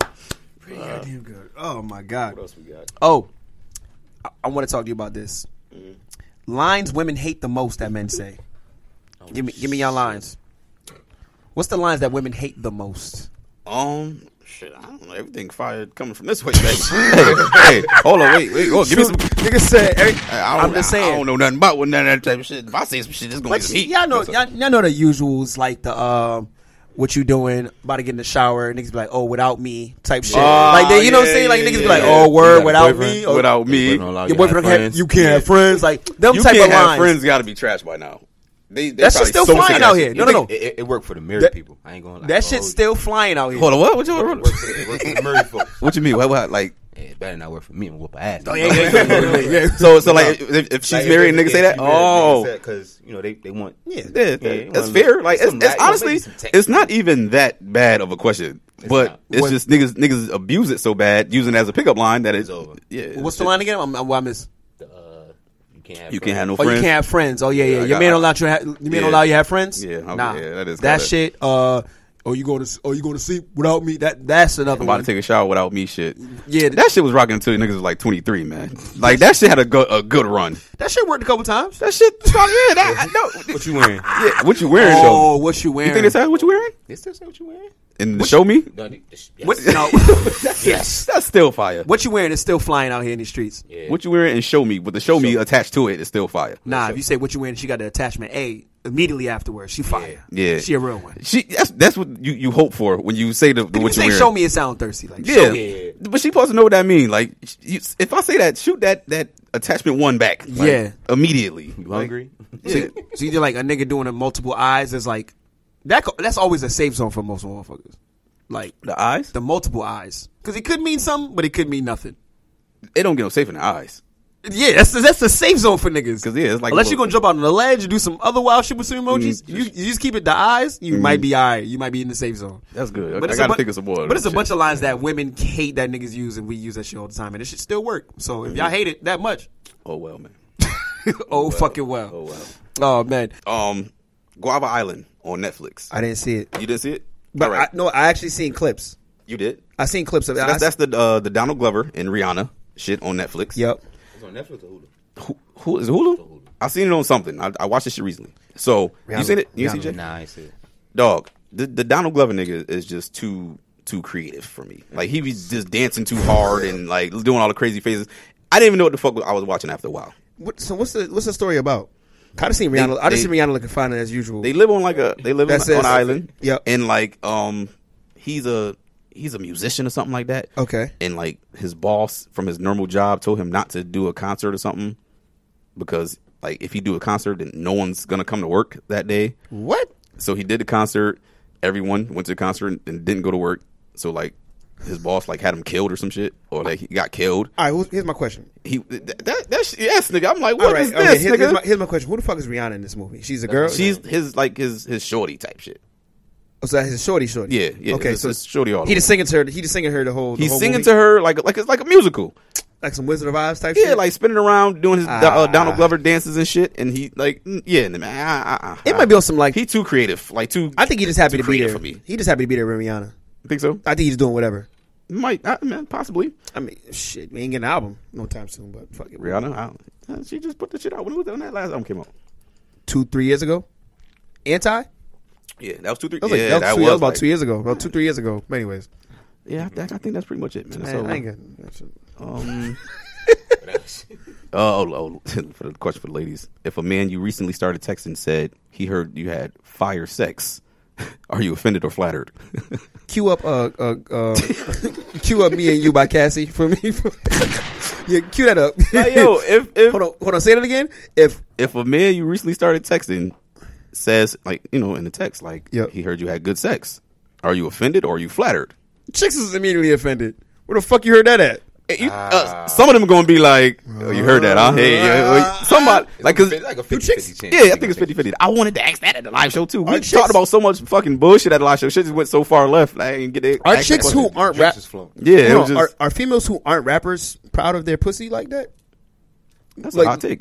pretty goddamn good. Oh my god! What else we got? Oh, I, I want to talk to you about this. Lines women hate the most that men say. give me, give me your lines. What's the lines that women hate the most? Um, shit, I don't know. Everything fired coming from this way, man. hey, hey, hold on, wait, wait, oh, give me some. Nigga said, hey, I don't, I'm just I don't saying. know nothing about what none of that type of shit. If I say some shit, it's gonna But get y- some heat. y'all know, That's a- y'all, y'all know the usuals like the um, what you doing? About to get in the shower, niggas be like, oh, without me type shit. Ah, like they, you know what I'm yeah, saying? Like yeah, niggas be yeah, like, yeah. oh, You got word, a without boyfriend? me, Oh, or without me. Your boyfriend don't allow your you to have boyfriend don't have, friends. you can't have friends. Like them You type can't of have lines. friends. Got to be trash by now. They, they That shit's probably still so flying sick. out here. No, You no, think- no. It, it- it worked for the Murray That- people. I ain't gonna lie. That Oh, shit's yeah. still flying out here. Hold on, what? What It you, worked for the, it worked for the Murray folks. Oh, what you mean? What, what, like, Yeah, It better not work for me and whoop her ass. so, so like, if, if she's married, nigga say that. Oh, because you know they they want. Yeah, Yeah, you that's wanna fair. look- Like, it's, some it's light- you wanna honestly, make some text. it's not even that bad of a question. but not. it's just niggas niggas abuse it so bad, using it as a pickup line that it's over. Yeah, What's it's the line again? I'm, I'm, I miss. Uh, you can't have. You can't have no Oh, you friends. can't have friends. Oh yeah, yeah. Yeah, I your got- man don't allow you. Ha- your man Yeah. don't allow you to have friends. Yeah, okay, nah. yeah, that is that kinda- shit. Uh, oh, you going to? Oh, you going to sleep without me? That that's another I'm about one. to take a shower without me. Shit. Yeah. that shit was rocking until niggas was like 23, man. Like that shit had a good a good run. that shit worked a couple times. That shit. Yeah, that, I know. What you wearing? Yeah, what you wearing oh, though? what you You wearing? think they said what you wearing? They still say what you wearing? And show me. No, they- yes. What? no. yes, that's still fire. What? what you wearing is still flying out here in these streets. Yeah. What you wearing and show me with the show me attached to it is still fire. Nah, if you say what you wearing, she got the attachment A immediately afterwards. She fire. Yeah, she a real one. She that's that's what you, you hope for when you say the, the What what you say? you're Show me it sound thirsty. Like Yeah. me it. but she supposed to know what that mean. Like, sh- you, if I say that, shoot that that attachment one back. like, Yeah. immediately. You hungry? Yeah. So you do like a nigga doing a multiple eyes is like that. co- That's always a safe zone for most motherfuckers. Like the eyes, the multiple eyes, because it could mean something, but it could mean nothing. it don't get no safe in the eyes. Yeah, that's the, that's the safe zone for niggas. 'Cause, yeah, it's like- unless you're gonna jump out on the ledge and do some other wild shit with some emojis, Mm, you, you just keep it the eyes. You might be alright. You might be in the safe zone. That's good. Mm-hmm. I- I it's gotta a bu- think of some more But of that it's a shit. bunch of lines that women hate that niggas use, and we use that shit all the time, and it should still work. So if y'all hate it that much, Oh well, man. oh, fucking well. Mm-hmm. Oh Oh, well. man, Um, Guava Island on Netflix. I didn't see it, you didn't see it, but All right. I, no, I actually seen clips. you did. I seen clips of it. So I- that's that's the uh, the Donald Glover and Rihanna shit on Netflix. Yep. It's on Netflix or Hulu. Who, who is it Hulu? I seen it on something. I, I watched this shit recently. So you Rihanna- seen it? You Rihanna, see Jay? Nah, I ain't see it. dog, the, the Donald Glover nigga is just too too creative for me. Like he was just dancing too hard and like doing all the crazy faces. I didn't even know what the fuck I was watching after a while. What, so what's the what's the story about? I just seen Rihanna. I just they- seen Rihanna looking fine as usual. They live on like a they live on, That's on it. an island. Yep. And like um he's a he's a musician or something like that. Okay. And like his boss from his normal job told him not to do a concert or something because like if he do a concert then no one's gonna come to work that day. what? So he did the concert. Everyone went to the concert and didn't go to work. So like his boss like had him killed or some shit, or like he got killed. All right. who's- Here's my question. He that that, that shit, yes nigga. I'm like All what right. is Okay. this here- here's, nigga? my, here's my question. Who the fuck is Rihanna in this movie? She's a girl. She's his like his his shorty type shit. oh, so that's a shorty, shorty. Yeah, yeah, Okay. it's- so it's shorty all the He way. just singing to her. He just singing her the whole. The He's whole singing movie? to her like like it's like a musical. like some Wizard of Oz type. Yeah, shit? like spinning around doing his Ah. uh, Donald Glover dances and shit. And he like mm, yeah, man, ah, ah, ah, It ah. might be on some, like- he too creative, like too. I think he just happy too to be there. creative for me. He just happy to be there with Rihanna. Think so? I think he's doing whatever. Might I, man possibly I mean, shit, we ain't getting an album no time soon. But fuck it, Rihanna. I, uh, she just put the shit out when, was- when that last album came out. Two, three years ago. Anti. That Yeah, that was two, three. was like yeah, that was, two- that was about like- two years ago. About two, three years ago. But anyways, Yeah, I, think- I think that's pretty much it, man. Man, So, I ain't getting. that's it. um, oh, oh, oh, for the question for the ladies: If a man you recently started texting said he heard you had fire sex, are you offended or flattered? Cue up, uh, uh, uh cue up me and you by Cassie for me. yeah, cue that up. if if hold on, hold on. Say that again. If if a man you recently started texting says like you know in the text like Yep. he heard you had good sex, are you offended or are you flattered? chicks is immediately offended, where the fuck you heard that at? Eh, you- Ah. uh, some of them are going to be like, oh, you heard that, huh? Hey, yeah, yeah. somebody like It's because a- like a you 50 chicks- chance. Yeah, I think it's 50 50. I wanted to ask that at the live show, too. We Our talked chicks- about so much fucking bullshit at the live show. Shit just went so far left. I didn't get to Are ask that chicks who question. aren't Drinks rap? is flowing. Yeah, it Hold was on, just. are, are females who aren't rappers proud of their pussy like that? that's like- a hot take.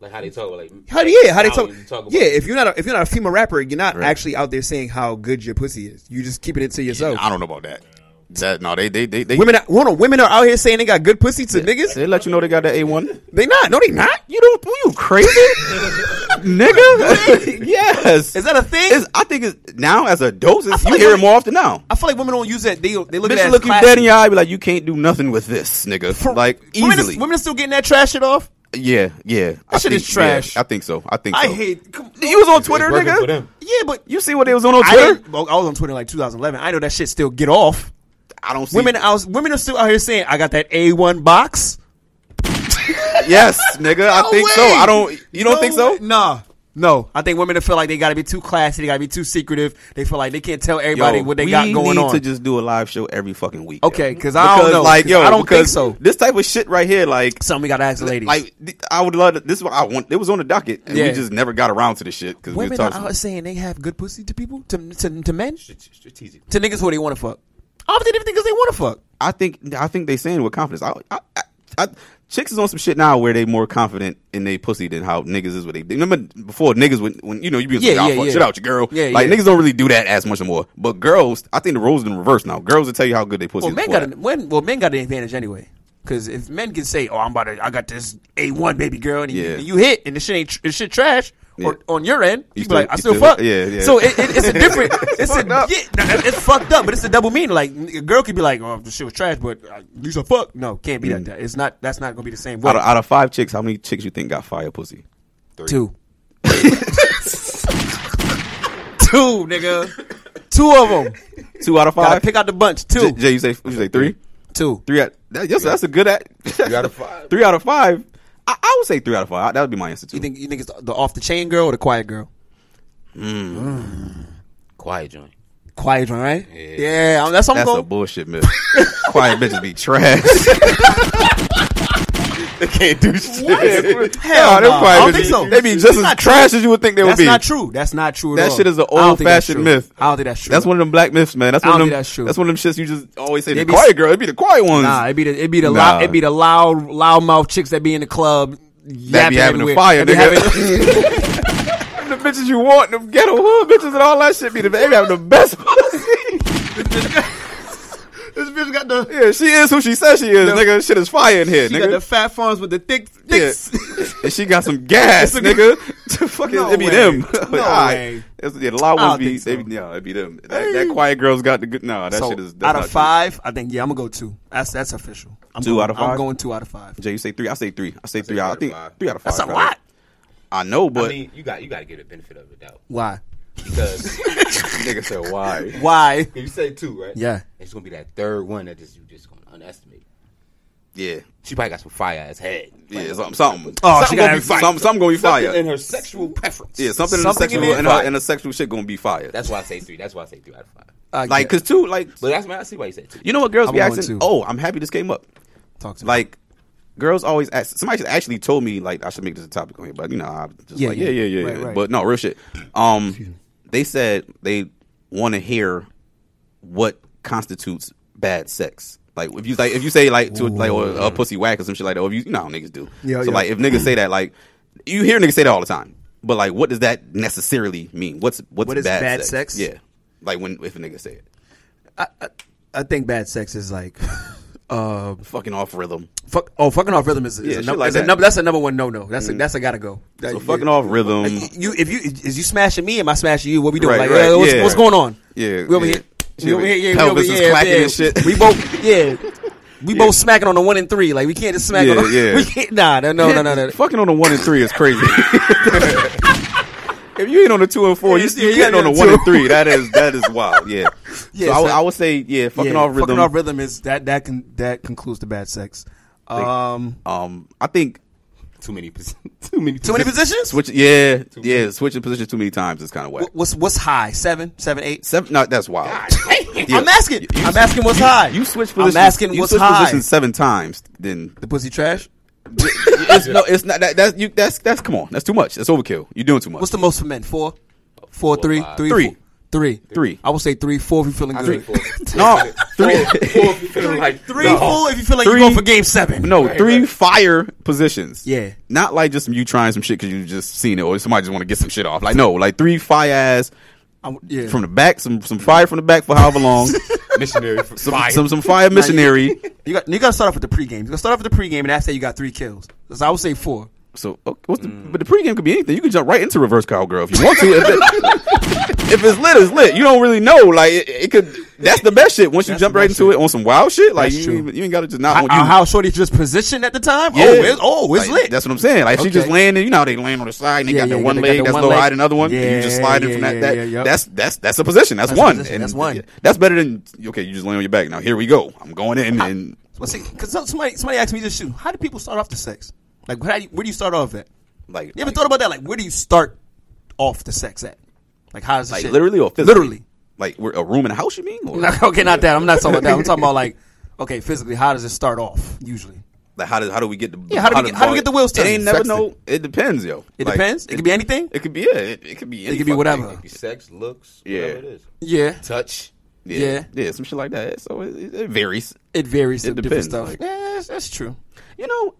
Like how they talk about like How do yeah? How they now talk? you talk about- yeah, if you're not a, if you're not a female rapper, you're not Right. actually out there saying how good your pussy is. You just keeping it to yourself. I don't know about that. That- no, they. they, they, they women, are- hold on, women are out here saying they got good pussy to niggas. They let you know they got that A1. They not. No, they not. You don't. Were you crazy? Nigga? yes. Is that a thing? It's, I think it's, now as adults, it's, feel you like hear it women- more often now. I feel like women don't use that. They they look at it Bitch as look you classy. dead in your eye, be like, you can't do nothing with this, nigga. For- like women are- easily. women are still getting that trash shit off. yeah, yeah. I shit think- is trash. yeah, I think so. I think. I so. hate. Come, You was on Twitter, working for nigga. them. yeah, but You see what they was on on I, Twitter? didn't- well, I was on Twitter in like 2011. I know that shit still get off. I don't see Women, I was, women are still out here saying I got that A1 box. Yes, nigga. I No think so. way. I don't. You don't No think so? way. Nah. No, I think women that feel like they got to be too classy, they got to be too secretive. They feel like they can't tell everybody Yo, what they we got going need on. to just do a live show every fucking week. Okay, yo. 'cause I don't know, Like, 'cause yo, I don't think because so. This type of shit right here, like, Something we got to ask the ladies. like th- I would love to, this. Is what I want. It was on the docket, and Yeah. we just never got around to this shit because we were women are talking. out saying they have good pussy to people, to to, to men, Strat- Strategic. to niggas who they want to fuck. Obviously, they niggas they want to fuck. I think I think they saying it with confidence. I, I, I, I, chicks is on some shit now where they more confident in they pussy than how niggas is with they. Remember before niggas when when you know you be Yeah, like, yeah, fuck yeah. shit out your girl. Yeah, like yeah. niggas don't really do that as much anymore. But girls, I think the roles in reverse now. Girls will tell you how good they pussy. Well, is men before got that. an, when well men got an advantage anyway. Because if men can say, "Oh, I'm about to, I got this A one baby girl," and you, Yeah. you hit, and the shit ain't, tr- the shit trash, or Yeah. on your end, you, You be like, "I still- still, you still- fuck." yeah, yeah. So it, it, it's a different, it's a, fucked up. yeah, no, it- it's fucked up, but it's a double meaning. Like n- a girl could be like, "Oh, the shit was trash," but uh, at least I fuck. No, can't be like that. It's not. That's not gonna be the same. Way. Mm. out of, out of five chicks, how many chicks you think got fire pussy? Two. two, nigga. Two of them. Two out of Gotta five. pick out the bunch. Two. J- Jay, you say you say three, two. three out. That, yes, that's a good at. Three out of five. three out of five. I, I would say three out of five. That would be my answer too. You think you think it's the, the off the chain girl or the quiet girl? Quiet joint. Quiet one, right? Yeah, um, I'm- that's what I'm That's a going. bullshit myth. Quiet bitches be trash. they can't do shit. Hell them nah. quiet I don't bitches, think so. They be That's just as not trash as you would think they would That's be. not true. That's not true. at That all. shit is an I don't think that's old-fashioned true. myth. I don't think that's true. That's one of them black myths, man. That's I one don't of think them. that's true. That's one of them shits you just always say. They The be- quiet girl. It'd be the quiet ones. Nah, it'd be the it'd be the Nah. loud it'd be the loud loud mouth chicks that be in the club. that be yapping having everywhere. a fire, They be having- nigga. the bitches you want, them ghetto hood bitches and all that shit be the baby having the best pussy. This bitch got the yeah, she is who she says she is, nigga. Shit is fire in here, she got the nigga. fat farms with the thick thick. Yeah. and she got some gas, nigga. Fucking, No it be way. them. No Alright. way. It's, yeah, the loud I don't ones be, think so. they be- yeah, it be them. That, that quiet girl's got the good. No, that So, shit is. That's out of not true. five, I think yeah, I'm gonna go two. That's that's official. I'm Two going- out of I'm five? going two out of five. Jay, you say three. I say three. I say three. three out. I out of think five. three out of five. That's a right? lot. I know, but I mean, you got you got to give it benefit of the doubt Why? because nigga said why? Why? You say two, right? Yeah. It's gonna be that third one that just you just gonna underestimate. yeah, She probably got some fire ass head. yeah, something, something. Oh, she something, gotta gonna be, have fire. something, something gonna be Something fire. in her sexual preference. yeah, something, in the Something in sexual there. and her, and her sexual shit gonna be fire. That's why I say three. That's why I say three out of five. I like, get- cause two, like, But that's why I see why you said two. you know what girls I'm be going two. asking? Oh, I'm happy this came up. talk to me. Like, girls always ask. Somebody just actually told me like I should make this a topic on here, but you know, I just Yeah, like yeah, yeah. yeah, yeah, Right, yeah. right. But no, real shit. Um, they said they want to hear what constitutes bad sex. Like if you like if you say like to like or a pussy whack or some shit like that, or if you, you know how niggas do. Yeah, so yeah. like if niggas say that, like you hear niggas say that all the time. But like, what does that necessarily mean? What's what's What is bad, bad sex? Yeah, like when if a nigga say it, I think bad sex is like uh fucking off rhythm. fuck oh fucking off rhythm is, is, Yeah, a, shit number, like is a that. Mm. number that's a number one no no. That's a that's a gotta go. That- So yeah. fucking off rhythm. you if you is you smashing me, am I smashing you? What we doing? like Right, right, uh, what's, yeah. what's going on? Yeah, we over yeah. here. She We over over here. Yeah, we pelvis over is here. Yeah, clacking yeah. and shit. We both yeah. We both smacking on the one and three. Like we can't just smack Yeah, on the, yeah. we can't nah no Oh, no no no, no. Fucking on the one and three is crazy. if you ain't on the two and four, you Yeah, you yeah, getting yeah, on the two. one and three. That is that is wild. Yeah. Yeah, so I, would- so- I would say yeah, fucking Yeah, off rhythm. Fucking off rhythm is that that can that concludes the bad sex. Um Um, I think Too many. pos- Too many. too many positions? switch. Yeah, yeah, switching positions too many times is kind of whack. Wh- What's what's high? Seven, seven, eight. Seven, no, that's wild. Yeah. I'm asking. I'm asking what's high. You switch positions. I'm asking you what's switch high. positions seven times. Then The pussy trash. it's no, it's not that. That's you. That's that's come on. That's too much. That's overkill. You're doing too much. What's the most for men? Four, four, three, five. three, Three. four- three. Three. I would say three, four if you're feeling I good. think Three, four. no three? Four, if you feeling like no. four if you feel like Three. you're going for game seven. No, three fire positions. Yeah. Not like just you trying some shit because you just seen it or somebody just want to get some shit off. Like, no, like three fire ass I'm, yeah. from the back, some some fire from the back for however long, missionary. For some, some some fire missionary. you got you got to start off with the pregame. You got to start off with the pregame, and that's how you got three kills. So I would say four. So, okay, what's the, Mm. but the pregame could be anything. You can jump right into reverse cowgirl if you want to. If, it- if it's lit, it's lit. You don't really know. Like it, it could. That's the best shit. Once you That's jump the right best into shit. it on some wild shit, like That's you, true. ain't- you ain't got to just not. How, want you, how shorty just positioned at the time? Yeah. Oh, it's, oh, it's Like, lit. That's what I'm saying. Like if she Okay. just landing, you know how they land on the side and they Yeah, got yeah, that yeah, one they got leg that that's one low leg. high, another one. and you just Yeah, slide in yeah, from that. yeah, that yeah, yep. That's that's that's a position. That's, That's a one. position. And That's one. yeah, That's better than okay. You just land on your back. Now here we go. I'm going in and What's it? Because somebody somebody asked me this shoot. How do people start off the sex? Like, how do you, where do you start off at? like You ever thought about that? Like, where do you start off the sex act? Like how does this Like shit? literally or physically? Literally. Like we're a room and a house, you mean? Or Like, okay, not that. I'm not talking about that. I'm talking about like okay, physically, how does it start off usually? like how do how do we get the Yeah, how do we get- how do we ball- get the wheels It ain't turning? never Sexting. know. It depends, yo. It depends? It could be anything? It could be yeah. It, it could be. Any could be fucking whatever. thing. Maybe sex, looks, Yeah. whatever it is. Yeah, Touch. Yeah, Yeah. yeah, some shit like that. So it- it, it varies. it varies. It to different depends, stuff. like- yeah, that's, that's true. You know,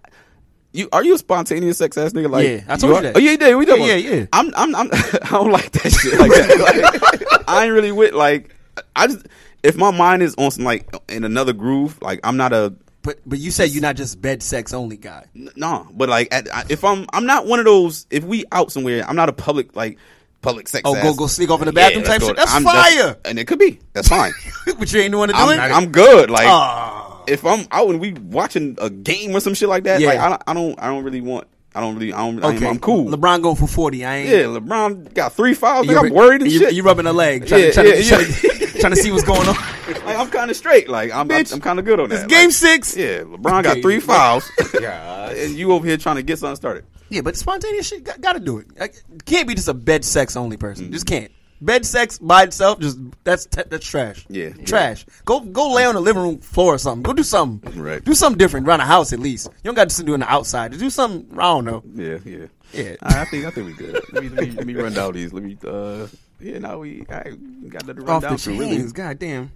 you are you a spontaneous sex ass nigga? Like, Yeah, I told you are- that. Oh yeah, you did. We did. Yeah, one. yeah, yeah. I'm, I'm, I'm I don't like that shit. Like, that. Like, I ain't really with like. I just if my mind is on some like in another groove, like I'm not a But but you said you're not just bed sex only guy. N- Nah, but like at, I, if I'm I'm not one of those. If we out somewhere, I'm not a public like public sex. Oh, ass. go- go sneak off in the bathroom let's type go- shit? That's I'm- fire! and it could be. That's fine. but you ain't the one to do I'm, it. Ah, I'm good. Like uh, Aw. if I'm out and we watching a game or some shit like that, Yeah. like I, don't- I don't I don't really want. I don't really. I don't. I ain't- okay, I'm cool. LeBron going for forty. I ain't. yeah, LeBron got three fouls. You Like, rub- I'm worried and you, shit. You rubbing a leg, trying, Yeah, trying, yeah, trying, yeah. trying to see what's going on. like, I'm kind of straight. Like I'm I'm kind of good on that. It's game Like, six. Yeah, LeBron got Okay. three fouls, God. and you over here trying to get something started. Yeah, but spontaneous shit got, gotta do it. Like, can't be just a bed sex only person. Mm-hmm. Just can't. Bed sex by itself, just that's t- that's trash. Yeah. trash. Go go lay on the living room floor or something. Go do something. Right. Do something different around the house at least. You don't got to sit doing the outside. Do something. I don't know. Yeah, yeah, Yeah. All right, I think I think we good. Let me let me, let me run down these. Let me. uh Yeah, no, we I ain't got nothing to run Off down the to really. chains. God damn.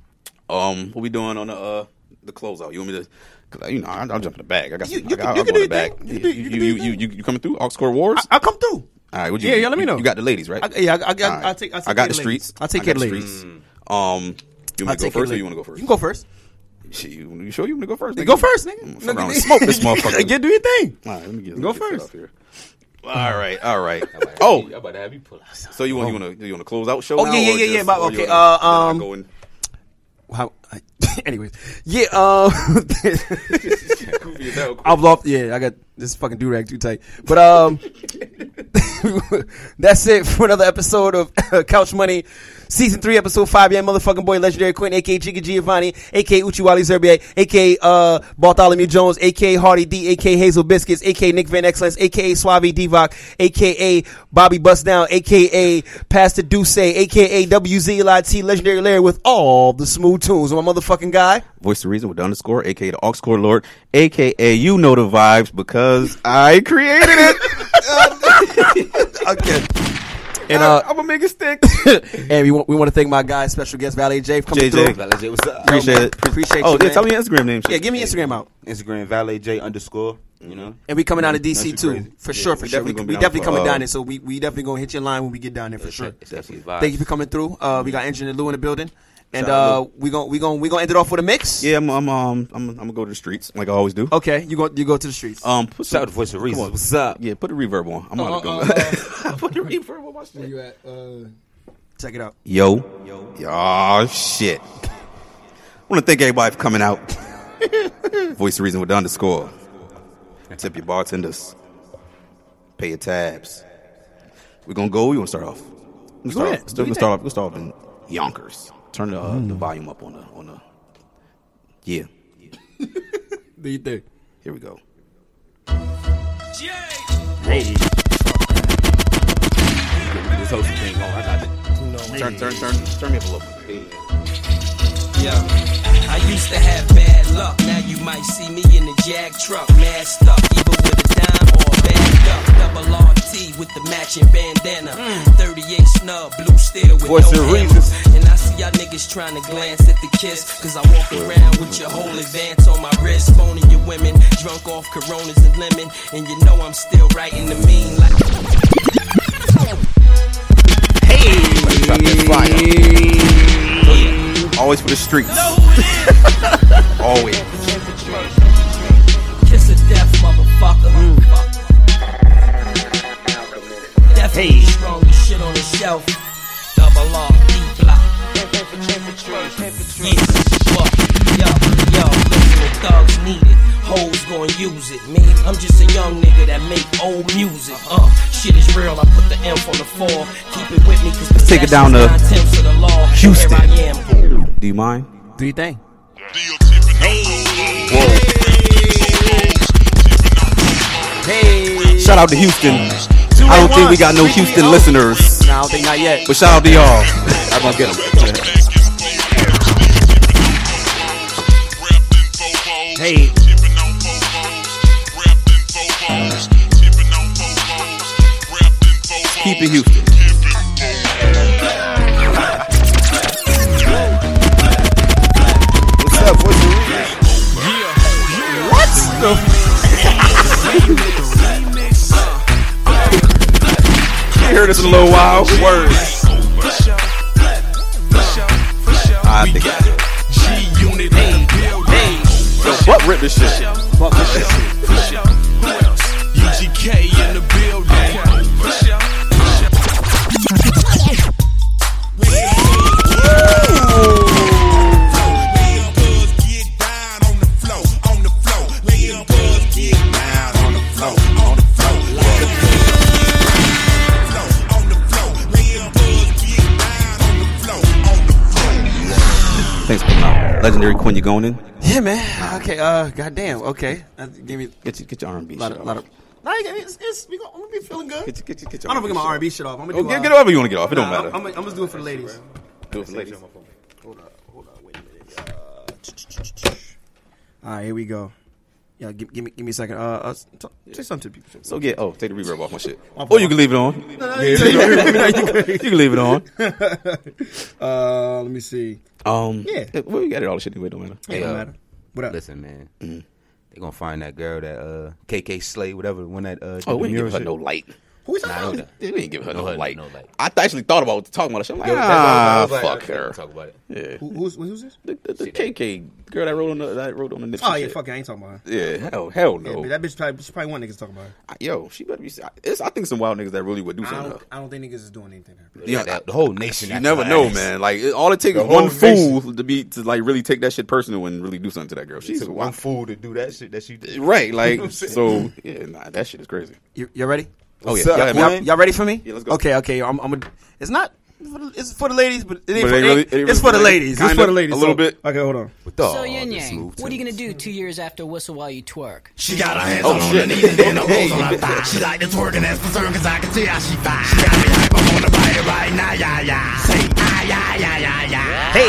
Um, what we doing on the uh the closeout? You want me to? Cause I- you know, I, I'll jump in the back. I got You- some. you I got, can- you I'll can go do in the back. your thing. You You do- you can you you, do you, your you, thing. you coming through? Oxcore Wars. I'll come through. All right, what you? Yeah, yeah, let me you- know. You got the ladies, right? I, yeah, I, I, I, All right. I'll take, I'll take care I got of the ladies. streets. I'll take I care got of the ladies. streets. Um, you I'll want to go take care of first, or ladies. you want to go first? You can go first. Shit, you, you sure you want to go first? Go first, I'm nigga. gonna fuck around and Nigga, smoke this motherfucker. Get do your thing. All right, let me get, let me Go get this first. off here. All right, all right. Oh, Oh, I'm about to have you pull out. So you want you want to you want to close out show? Oh, now, yeah, yeah, or yeah, yeah, just- but or you okay, wanna- uh, then I um, go in- How? I, anyways, yeah. Uh, Goofy as hell. I've lost. Yeah, I got this fucking do rag too tight. But um, that's it for another episode of Couch Money, season three, episode five. Yeah, motherfucking boy, legendary Quinn, aka Jigga Giovanni, aka Uchiwali Zerbe, aka uh, Bartholomew Jones, aka Hardy D, aka Hazel Biscuits, aka Nick Van Excellence, aka Suave Divock, aka Bobby Bust Down, aka Pastor Duce, aka WZLIT, legendary Larry with all the smooth tunes. My motherfucking guy. Voice the reason with the underscore, aka the aux core lord, aka you know the vibes because I created it. okay, And uh, I'm gonna Ah, make it stick. and we want, we want to thank my guy, special guest Valet J, for coming JJ. through. Valet J, what's up? Appreciate it. Appreciate oh you, yeah, man. tell me your Instagram name. shit. Yeah, give me Instagram out. Instagram Valet J underscore. You know. And we coming down to Nothing DC too, crazy. for sure, for we sure. definitely We, gonna we be definitely down for, coming uh, down there, so we, we definitely gonna hit your line when we get down there for sure. It's definitely vibe. Thank you for coming through. Uh, we got Engine and Lou in the building, and Shout out, uh, we gonna we gonna we gonna end it off with a mix. yeah, I'm, I'm um I'm, I'm gonna go to the streets like I always do. Okay, you go you go to the streets. Um, put Oh, Shout some, out to Voice of Reason. Uh-uh, What's up? yeah, put a reverb on. I'm gonna go. put the reverb on my shit. you at? Uh, check it out. Yo. Yo. Aw, shit. I want to thank everybody for coming out. Voice of Reason with the underscore. Tip your bartenders. Pay your tabs. We're going to go. We want to start off. We're Go going ahead. to Do your start off. We're start off in Yonkers. Turn the, uh, the Mm. volume up on the, on the. Yeah. Do you think? Here we go. This whole thing oh, going. I got it. Turn, turn, turn, turn me up a little bit. Yo, I used to have bad luck. Now you might see me in the Jag truck, masked up, either with a dime or a bagged up. Double RT with the matching bandana. 38 snub, blue steel with Voice no of hammer. And I see y'all niggas trying to glance at the kiss. Cause I walk around with your whole advance on my wrist. Phoning your women, drunk off coronas and lemon. And you know I'm still writing the mean like. Drop that fire. Always for the streets. Always. Kiss of death, motherfucker. Mm. Death hey. strongest shit on the shelf. Double R, D block. Yeah, fuck. Yo, yo, listen, the thugs need it. Hoes gon' use it. Me, I'm just a young nigga that make old music. Uh, shit is real. I put the M on the floor. Keep it with me, cause take it down to tenths of the law. And Houston. Here I am, Do you mind? Do you think? Shout out to Houston. I don't think we got no Houston listeners, Nah, I don't think not yet. but shout out to y'all. I'm gonna get them. Hey. Keep it Houston. What's up? What's the You heard this in a little while. Word. I think I did. Yo, what ripped this shit? Thanks for coming out. Legendary Quinn, you going in? Yeah, man. Okay. Uh, goddamn. Okay. That gave me Get your, get your R&B a lot shit of. Lot of off. nah, it's, it's, we gonna, I'm gonna be feeling good. Get your, get your, get your I'm gonna get my shit R&B shit off. I'm gonna off. Oh, do. get, uh, get whatever you want to get off. It don't nah, matter. I'm, I'm, I'm just do it for the ladies. Do it for ladies. All right, here we go. Yeah, give, give me give me a second. Uh, uh t- say something to people. So get, oh, take the reverb off my shit. Or you can leave it on. You can leave it on. Uh, let me see. Um, Yeah. Well, you got it all the shit anyway, don't matter. It uh, don't matter. What up? Listen, man. They gonna find that girl that uh KK Slay, whatever, the one that uh did Oh, the we didn't mural give her shit. no light. Who we talking Nah, about? no. We didn't give her no, No light, light. no light. I th- actually thought about talking about it. I'm like, That's why I ah, was like, fuck I her. can't Talk about it. Yeah. Who, who's who's this? The, the, the KK girl that wrote on the that wrote on the Nipsey Oh yeah, shit. fuck it. I ain't talking about. Her. Yeah, hell, hell Yeah, no. but that bitch probably she probably one niggas talking about. Her. I- Yo, she better be. I- It's, I think some wild niggas that really would do I something. don't to her. I don't think niggas is doing anything. to her. Yeah, Like that- the whole nation. you that's never her know, ass. man. Like it, all it takes is whole one fool nation. to be to like really take that shit personal and really do something to that girl. She's Took a one wild. fool to do that shit that she did. Right, like so. Yeah, nah, that shit is crazy. You, you ready? Oh yeah, What's up, yeah, Quinn? man. Y'all ready for me? Yeah, let's go. Okay, okay. I'm. I'm a, it's not. for the- It's for the ladies, but it ain't But for, it ain't really- it ain't it's for really the ladies. for ladies. It's Kinda, for the ladies. a little so- bit. Okay, hold on. So Yin Yang, what are you gonna do two years after Whistle While You Twerk? She got her hands Oh, on her knees and then her hoes on her thigh. She like this working ass concern cause I can see how she fine. She got me hype, I'm on the body right now, yeah, yeah. Say, ah, yeah, yeah, yeah, yeah. Hey!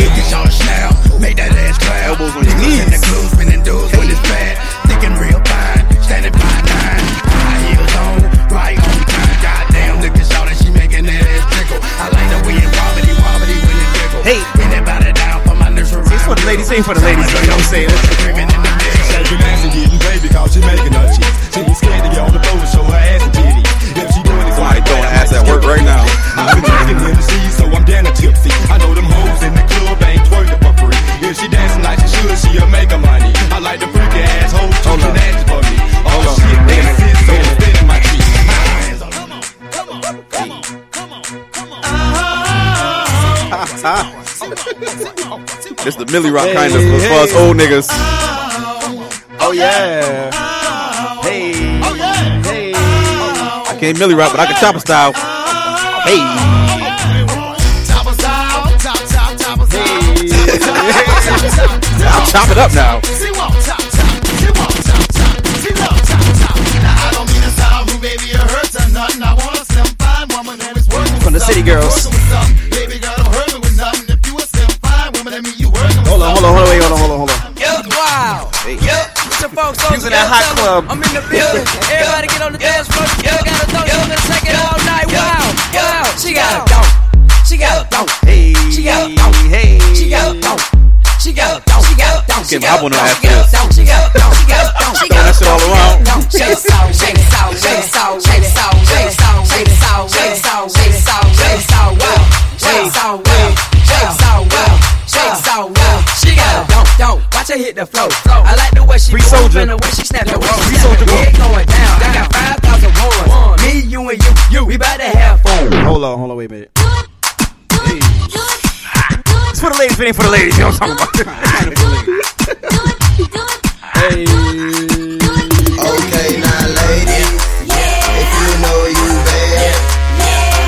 Look at y'all snap, make that ass clap. Elbows on your knees. in the clue, spinning dudes when it's bad. Thinking real fine, standing by nine. High heels on, right on time. Goddamn, look at y'all, she making that ass tickle. I like the way it wobbly, wobbly when it tickle. Hey. Bend that body down for my nursery It's for the ladies. Ain't for the ladies. You know what I'm saying? Shaking ass and getting baby cause she making her cheeks. She ain't scared to get on the floor and show her ass and titties. If she doing it, Somebody throwing ass at work right now. I've been drinking in the seas, so I'm down to tipsy. I know them hoes in the club ain't twerking for free. If she dancing like she should, she'll make her money. I like the freaky ass hoes twerking ass for me. Oh shit, they sit so it's spinning my cheeks. It's the Millie Rock kind of for us old niggas. Oh yeah. Hey. Oh yeah. Hey. I can't Millie Rock, but I can chopper style. Hey, Top of top, top, top, top of top. I'll chop it up now. She won't top top, she won't top top, she love top top. Now I don't mean to sound rude, baby, it hurts or nothing. I want some fine woman who is working From the with city something, girls. working with something. Baby girl, don't hurt me with nothing. If you a some fine woman, that mean you working with Hold on. Hold on. Hold on. Wait. Hold on. Hold on. Hold on. Yup, wow. Yup, it's your folks on Using that hot club. I'm in the building. Everybody get on the dance floor. Yup, gotta throw yup, and take it all night. Wow, wow. She got a dog. She got a dog. Hey. She got it. Hey. She got a dog. She got a dog. She got a dog. She Give me got hop a on her dog. after She got a this. dog. She got a dog. She got a dog. She got Throwing that shit a all around. Shake it out, shake it out, shake it out, shake it out, shake it out, shake it out, shake it out, shake it out, shake it out, well, shake it out, well, shake it out, well, shake it out, well. She got it, don't, don't, watch her hit the flow. I like the way she Free move soldier. and the way she snap the rope. Free soldier Head going down. I got five thousand ones. Me, you, and you, you. We about to have fun. Hold on. Hold on. Wait a minute. It's for the ladies. It ain't for the ladies. You know what I'm talking about? Okay, now lady, if you know you bad,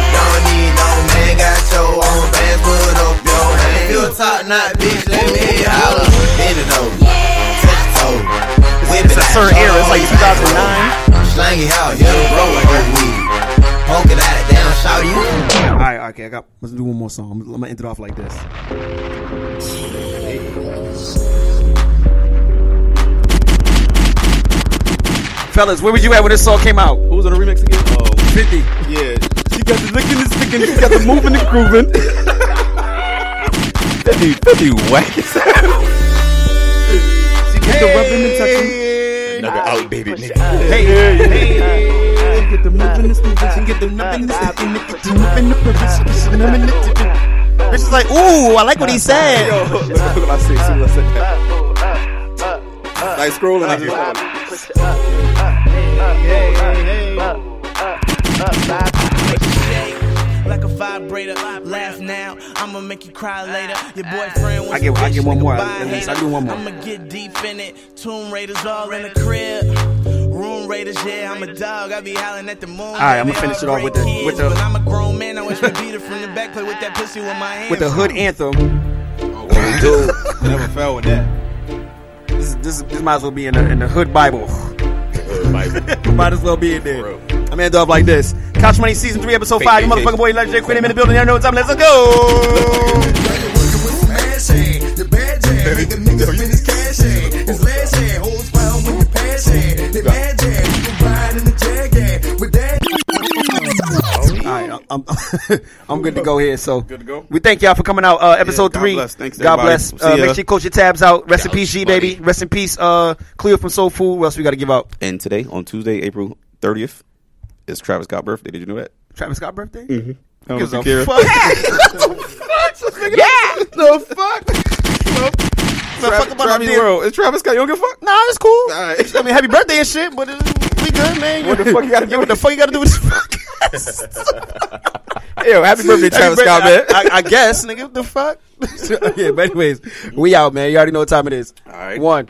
don't need no man, got your own band, put up your hand. You a top knot bitch, let me holler. Bend it over, touch the toe, whip it It's a out, certain show era. It's all like your back, 2009. bro. Slang it out, yeah, bro, like we Okay, I got. Let's do one more song. I'm, I'm gonna end it off like this. Fellas, where was you at when this song came out? Who's on the remix again? Oh, 50. yeah. She got the licking and sticking. She got the moving and grooving. that dude, that dude whack as hell. She get the rubbing and touching. Another outdated nigga. Hey, hey, She get the moving and sticking. She get the rubbing and sticking. She moving the purpose. She numbing the tipping. It's just like, ooh, I like what he said. Yo, look at what I say. See what I said. Like scrolling, I just Like a vibrator, laugh now. I'ma make you cry later. Your boyfriend was I get- a I get bitch, one nigga, more. buy At a least I hater. do one more. I'ma get deep in it. Tomb Raiders all in the crib. Room Raiders, yeah, I'm a dog. I be howling at the moon. All right, I'ma finish it off with the- with the- I'm a grown man. I wish we beat it from the back. Play with that pussy with my hands. With the hood anthem, Oh, Dude, never fell with that. this, this, this might as well be in the, in the hood Bible. Might as well be in there. I'm gonna end up like this. Couch Money Season 3, Episode 5. Your motherfucking boy, Legendary Quinn, I'm in the building. I know what time. Let's go. All right, I'm- I'm, I'm good to go here. So Good to go? We thank y'all for coming out. Uh, episode God three. bless. Thanks, God everybody. bless. See Uh, ya. make sure you coach your tabs out. Rest in peace, G Couch baby. buddy. Rest in peace, uh, Cleo from Soul Food. What else we got to give out? And today, on Tuesday, April 30th, is Travis Scott's birthday. Did you know that? Travis Scott birthday. Mm-hmm. I Gives don't a care. fuck. yeah. The fuck. So fuck about Travis the- World. Is Travis Scott? You don't give a fuck? Nah, it's cool. All right. I mean, happy birthday and shit, but it's, we good, man. What the fuck you gotta do Yeah, What the fuck you got to do with this podcast? Yo, happy birthday, Travis Scott, man. I, I, I guess, nigga. What the fuck? yeah, but anyways, we out, man. You already know what time it is. All right. One.